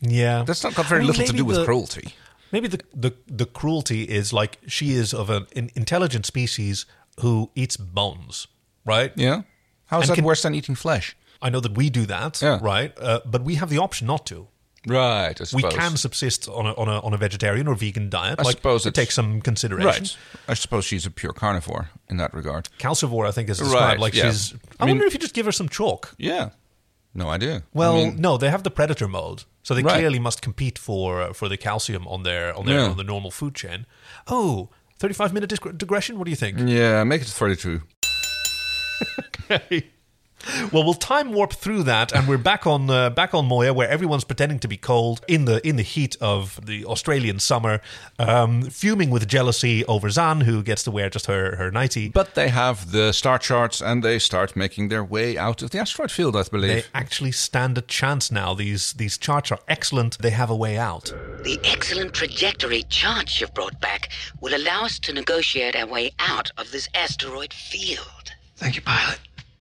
B: Yeah,
A: that's not got very
B: I mean,
A: little to
B: maybe
A: do with
B: the-
A: cruelty.
B: Maybe the, the the cruelty is like she is of an, an intelligent species. who eats bones, right?
A: Yeah. How is that worse than eating flesh?
B: I know that we do that, right? Uh, but we have the option not to.
A: Right. I
B: We
A: suppose.
B: can subsist on a, on a on a vegetarian or vegan diet.
A: I
B: like,
A: suppose
B: it
A: it's-
B: takes some consideration.
A: Right. I suppose she's a pure carnivore in that regard.
B: Calcivore, I think, is described
A: Right,
B: like
A: yeah.
B: she's. I,
A: I mean-
B: wonder if you just give her some chalk.
A: Yeah. No idea.
B: Well,
A: I mean,
B: no, they have the predator mode, so they
A: Right.
B: clearly must compete for uh, for the calcium on their on their
A: Yeah.
B: on the normal food chain. Oh, 35 minute disc- digression. What do you think?
A: yeah, make it to 32.
B: Well, we'll time warp through that, and we're back on uh, back on Moya, where everyone's pretending to be cold in the in the heat of the Australian summer, um, fuming with jealousy over Zan, who gets to wear just her her nightie.
A: But they have the star charts and they start making their way out of the asteroid field, I
B: They
A: believe.
B: actually stand a chance now. These these charts are excellent. They have a way out.
Q: The excellent trajectory charts you've brought back will allow us to negotiate our way out of this asteroid field.
B: Thank you, pilot.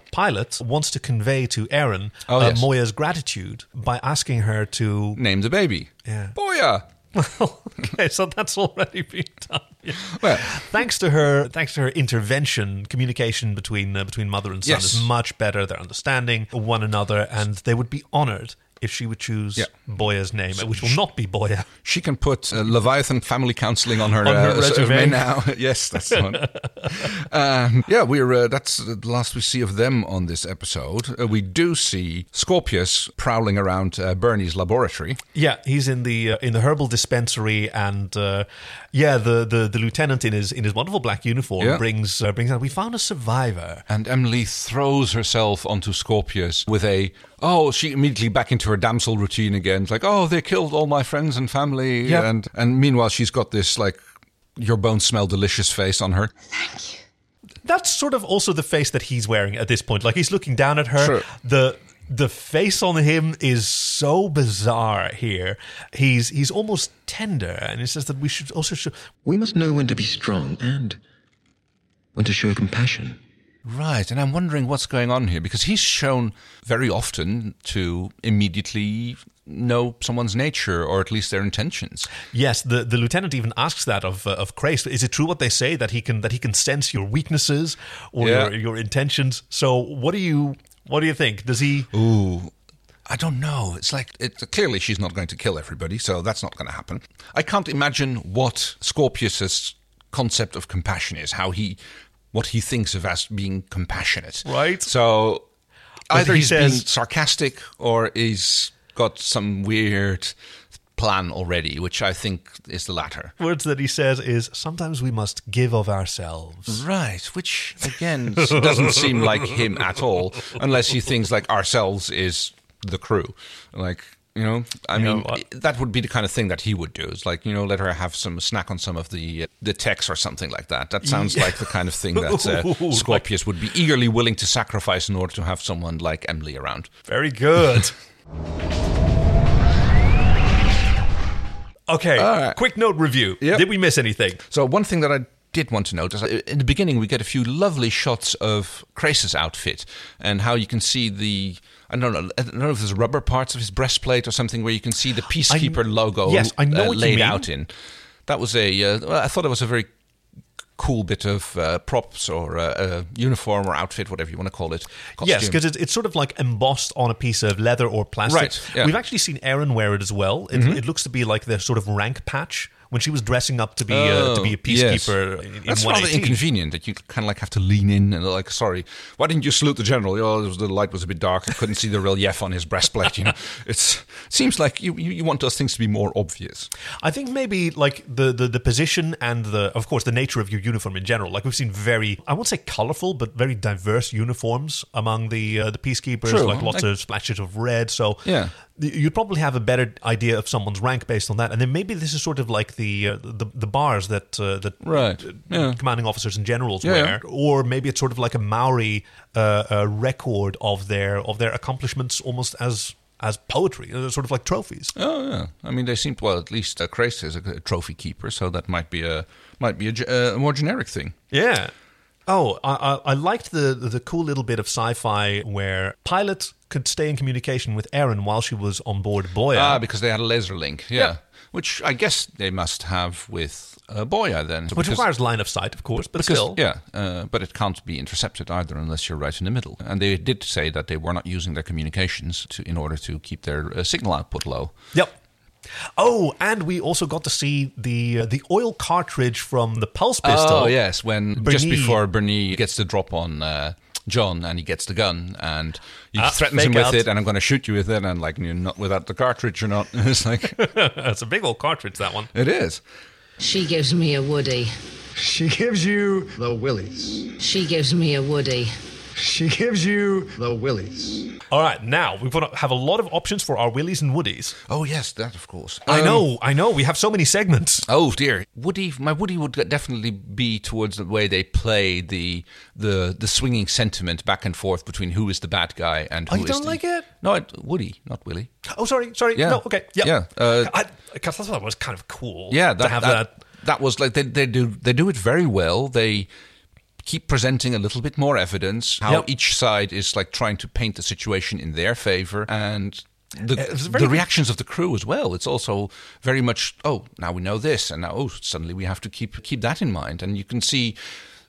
B: Pilot wants to convey to Aaron
A: Oh,
B: uh,
A: yes.
B: Moya's gratitude by asking her to
A: name the baby.
B: Yeah.
A: Boya.
B: okay, so that's already been done. Yeah. thanks to her, thanks to her intervention, communication between uh, between mother and son
A: Yes.
B: is much better. They're understanding one another, and they would be honoured if she would choose
A: Yeah.
B: Boya's name, which will not be Boya.
A: She can put uh, Leviathan family counseling on her,
B: On her
A: uh, s-
B: resume.
A: now. yes, that's the one. Um, yeah, we're uh, that's the last we see of them on this episode. Uh, we do see Scorpius prowling around uh, Bernie's laboratory.
B: Yeah, he's in the uh, in the herbal dispensary, and uh, yeah, the, the the lieutenant in his in his wonderful black uniform
A: Yeah.
B: brings uh, brings out. We found a survivor.
A: And Emily throws herself onto Scorpius with a oh, she immediately back into her damsel routine again. It's like, oh, they killed all my friends and family.
B: Yeah.
A: And and meanwhile she's got this like your bones smell delicious face on her.
B: That's sort of also the face that he's wearing at this point. Like he's looking down at her.
A: Sure.
B: The the face on him is so bizarre here. He's he's almost tender, and he says that we should also show.
R: We must know when to be strong and when to show compassion.
A: Right, and I'm wondering what's going on here because he's shown very often to immediately know someone's nature or at least their intentions.
B: Yes, the, the lieutenant even asks that of uh, of Christ. Is it true what they say that he can that he can sense your weaknesses or
A: Yeah.
B: your, your intentions? So what do you what do you think? Does he?
A: Ooh, I don't know. It's like it, clearly she's not going to kill everybody, so that's not going to happen. I can't imagine what Scorpius's concept of compassion is, how he, what he thinks of as being compassionate.
B: Right.
A: So
B: But
A: either
B: he
A: he's being
B: says-
A: sarcastic or he's got some weird plan already, which I think is the latter.
B: Words that he says is sometimes we must give of ourselves.
A: Right, which again doesn't seem like him at all, unless he thinks like ourselves is the crew. Like, you know, I mean, that would be the kind of thing that he would do. It's like, you know, let her have some snack on some of the uh, the techs or something like that. That sounds
B: Yeah.
A: like the kind of thing that
B: Ooh,
A: uh, Scorpius would be eagerly willing to sacrifice in order to have someone like Emily around.
B: Very good. okay, quick note review. Did we miss anything?
A: So one thing that I did want to note is uh, in the beginning we get a few lovely shots of Crace's outfit and how you can see the I don't know I don't know if there's rubber parts of his breastplate or something where you can see the peacekeeper logo
B: yes, I know
A: uh,
B: what you
A: laid
B: mean.
A: out in. That was a uh, well, I thought it was a very cool bit of uh, props or uh, uh, uniform or outfit whatever you want to call it.
B: Yes,
A: Costume.
B: because it's, it's sort of like embossed on a piece of leather or plastic.
A: Right, yeah.
B: We've actually seen Erin wear it as well. It,
A: Mhm.
B: it looks to be like the sort of rank patch when she was dressing up to be uh, to be a
A: Oh, yes.
B: peacekeeper. In, in
A: That's rather
B: 118.
A: inconvenient that you kind of like have to lean in and like, sorry, why didn't you salute the general? Oh, it was- the light was a bit dark. I couldn't see the relief on his breastplate. You know, it's it seems like you, you you want those things to be more obvious.
B: I think maybe like the, the the position and the of course the nature of your uniform in general. Like we've seen very I won't say colorful but very diverse uniforms among the uh, the peacekeepers.
A: True.
B: Like lots
A: Like-
B: of splashes of red. So
A: Yeah.
B: th- you'd probably have a better idea of someone's rank based on that. And then maybe this is sort of like the uh, the, the bars that uh, that
A: Right.
B: uh,
A: Yeah.
B: commanding officers and generals
A: Yeah, yeah.
B: wear, or maybe it's sort of like a Maori uh, uh, record of their of their accomplishments, almost as as poetry, uh, sort of like trophies.
A: Oh yeah, I mean they seem well. At least uh, Christ is a, a trophy keeper, so that might be a might be a, ge- uh, a more generic thing.
B: Yeah. Oh, I, I, I liked the the cool little bit of sci-fi where Pilot could stay in communication with Aaron while she was on board Boya.
A: Ah, because they had a laser link. Yeah.
B: Yeah.
A: Which I guess they must have with uh, Boya then.
B: Which requires line of sight, of course, but
A: because-
B: still.
A: Yeah, uh, but it can't be intercepted either unless you're right in the middle. And they did say that they were not using their communications to, in order to keep their uh, signal output low.
B: Yep. Oh, and we also got to see the uh, the oil cartridge from the pulse pistol.
A: Oh yes, when just
B: Bernie-
A: before Bernie gets the drop on uh, John and he gets the gun and he
B: Ah,
A: threatens him
B: fake
A: with
B: out.
A: it, and I'm going to shoot you with it, and like you're not without the cartridge or not. it's like
B: That's a big old cartridge, that one.
A: it is.
P: She gives me a Woody.
S: She gives you the willies.
P: She gives me a Woody.
S: She gives you the willies.
B: All right, now we have have a lot of options for our Willies and Woodies.
A: Oh yes, that of course.
B: I
A: Um,
B: know, I know. We have so many segments.
A: Oh dear, Woody. My Woody would definitely be towards the way they play the the the swinging sentiment back and forth between who is the bad guy and
B: Oh,
A: who
B: you
A: is
B: don't
A: the-
B: like it?
A: No, it, Woody, not Willy.
B: Oh, sorry, sorry.
A: Yeah.
B: No, okay. Yeah.
A: Yeah, uh,
B: I, I thought that was kind of cool.
A: Yeah,
B: to have that.
A: that was like they, they do they do it very well. They keep presenting a little bit more evidence how
B: Yep.
A: each side is like trying to paint the situation in their favor and. The,
B: It was very-
A: the reactions of the crew as well. It's also very much oh now we know this and now oh suddenly we have to keep keep that in mind. And you can see,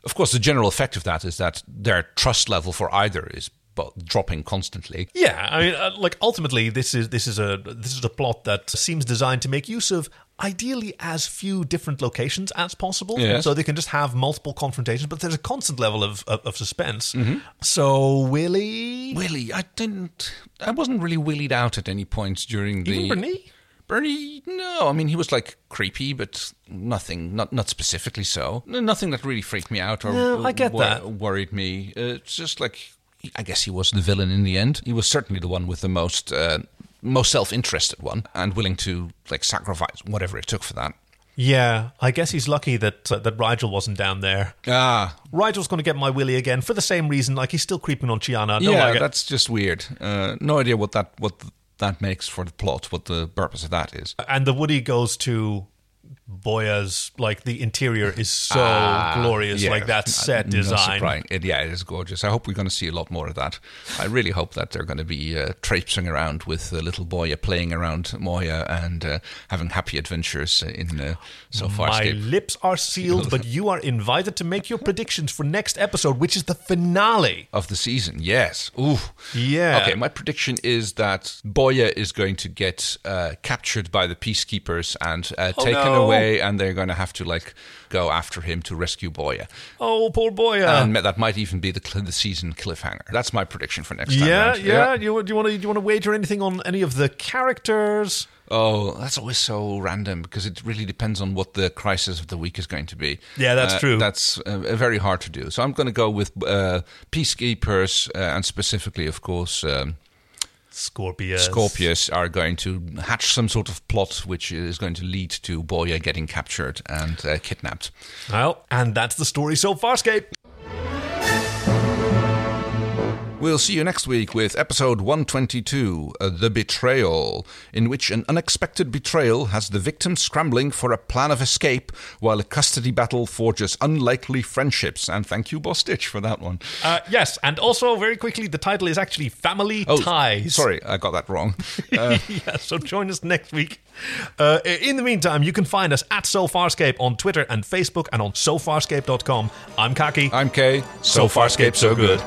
A: of course, the general effect of that is that their trust level for either is bo- dropping constantly.
B: Yeah, I mean, uh, like ultimately, this is this is a this is a plot that seems designed to make use of ideally as few different locations as possible,
A: Yes.
B: so they can just have multiple confrontations. But there's a constant level of of, of suspense.
A: Mm-hmm.
B: So Willie,
A: Willie, I didn't. I wasn't really willied out at any point during the.
B: Even Bernie?
A: Bernie, no. I mean, he was like creepy, but nothing, not not specifically so. N- Nothing that really freaked me out or
B: No, I get
A: wor-
B: that.
A: worried me. Uh, It's just like I guess he was the villain in the end. He was certainly the one with the most uh, most self interested one and willing to like sacrifice whatever it took for that.
B: yeah, I guess he's lucky that uh, that Rigel wasn't down there.
A: Ah,
B: Rigel's going to get my Willie again for the same reason. Like he's still creeping on Chiana. I Don't
A: yeah,
B: like it.
A: that's just weird. Uh, no idea what that what that makes for the plot. What the purpose of that is.
B: and the Woody goes to Boya's. Like the interior is so
A: Ah,
B: glorious.
A: yeah.
B: Like that set
A: No
B: design.
A: surprise. It- yeah, it is gorgeous. I hope we're going to see a lot more of that. I really hope that they're going to be uh, traipsing around with uh, little Boya, playing around Moya, and uh, having happy adventures uh, in uh, so far.
B: My
A: Escape.
B: lips are sealed, but you are invited to make your predictions for next episode, which is the finale.
A: Of the season, yes. Ooh,
B: Yeah.
A: Okay, my prediction is that Boya is going to get uh, captured by the peacekeepers and uh,
B: Oh,
A: taken
B: no.
A: away, and they're going to have to like go after him to rescue Boya.
B: Oh, poor boy.
A: and that might even be the cl- the season cliffhanger. That's my prediction for next time.
B: yeah, yeah,
A: round.
B: You, do you want to do you want to wager anything on any of the characters?
A: Oh, that's always so random because it really depends on what the crisis of the week is going to be.
B: Yeah, that's
A: Uh,
B: true.
A: That's uh, very hard to do. So I'm going to go with uh, peacekeepers uh, and specifically, of course, um,
B: Scorpius.
A: Scorpius are going to hatch some sort of plot which is going to lead to Boya getting captured and uh, kidnapped.
B: Well, and that's the story so far, Scape.
A: We'll see you next week with episode 122 uh, The Betrayal, in which an unexpected betrayal has the victim scrambling for a plan of escape while a custody battle forges unlikely friendships. And thank you, Boss Stitch, for that one.
B: Uh, yes, and also very quickly, the title is actually Family Ties.
A: Oh, Sorry, I got that wrong. Uh,
B: yeah, so join us next week. Uh, in the meantime, you can find us at SoFarscape on Twitter and Facebook and on SoFarscape.com. I'm Kaki.
A: I'm Kay.
B: So Farscape, so good.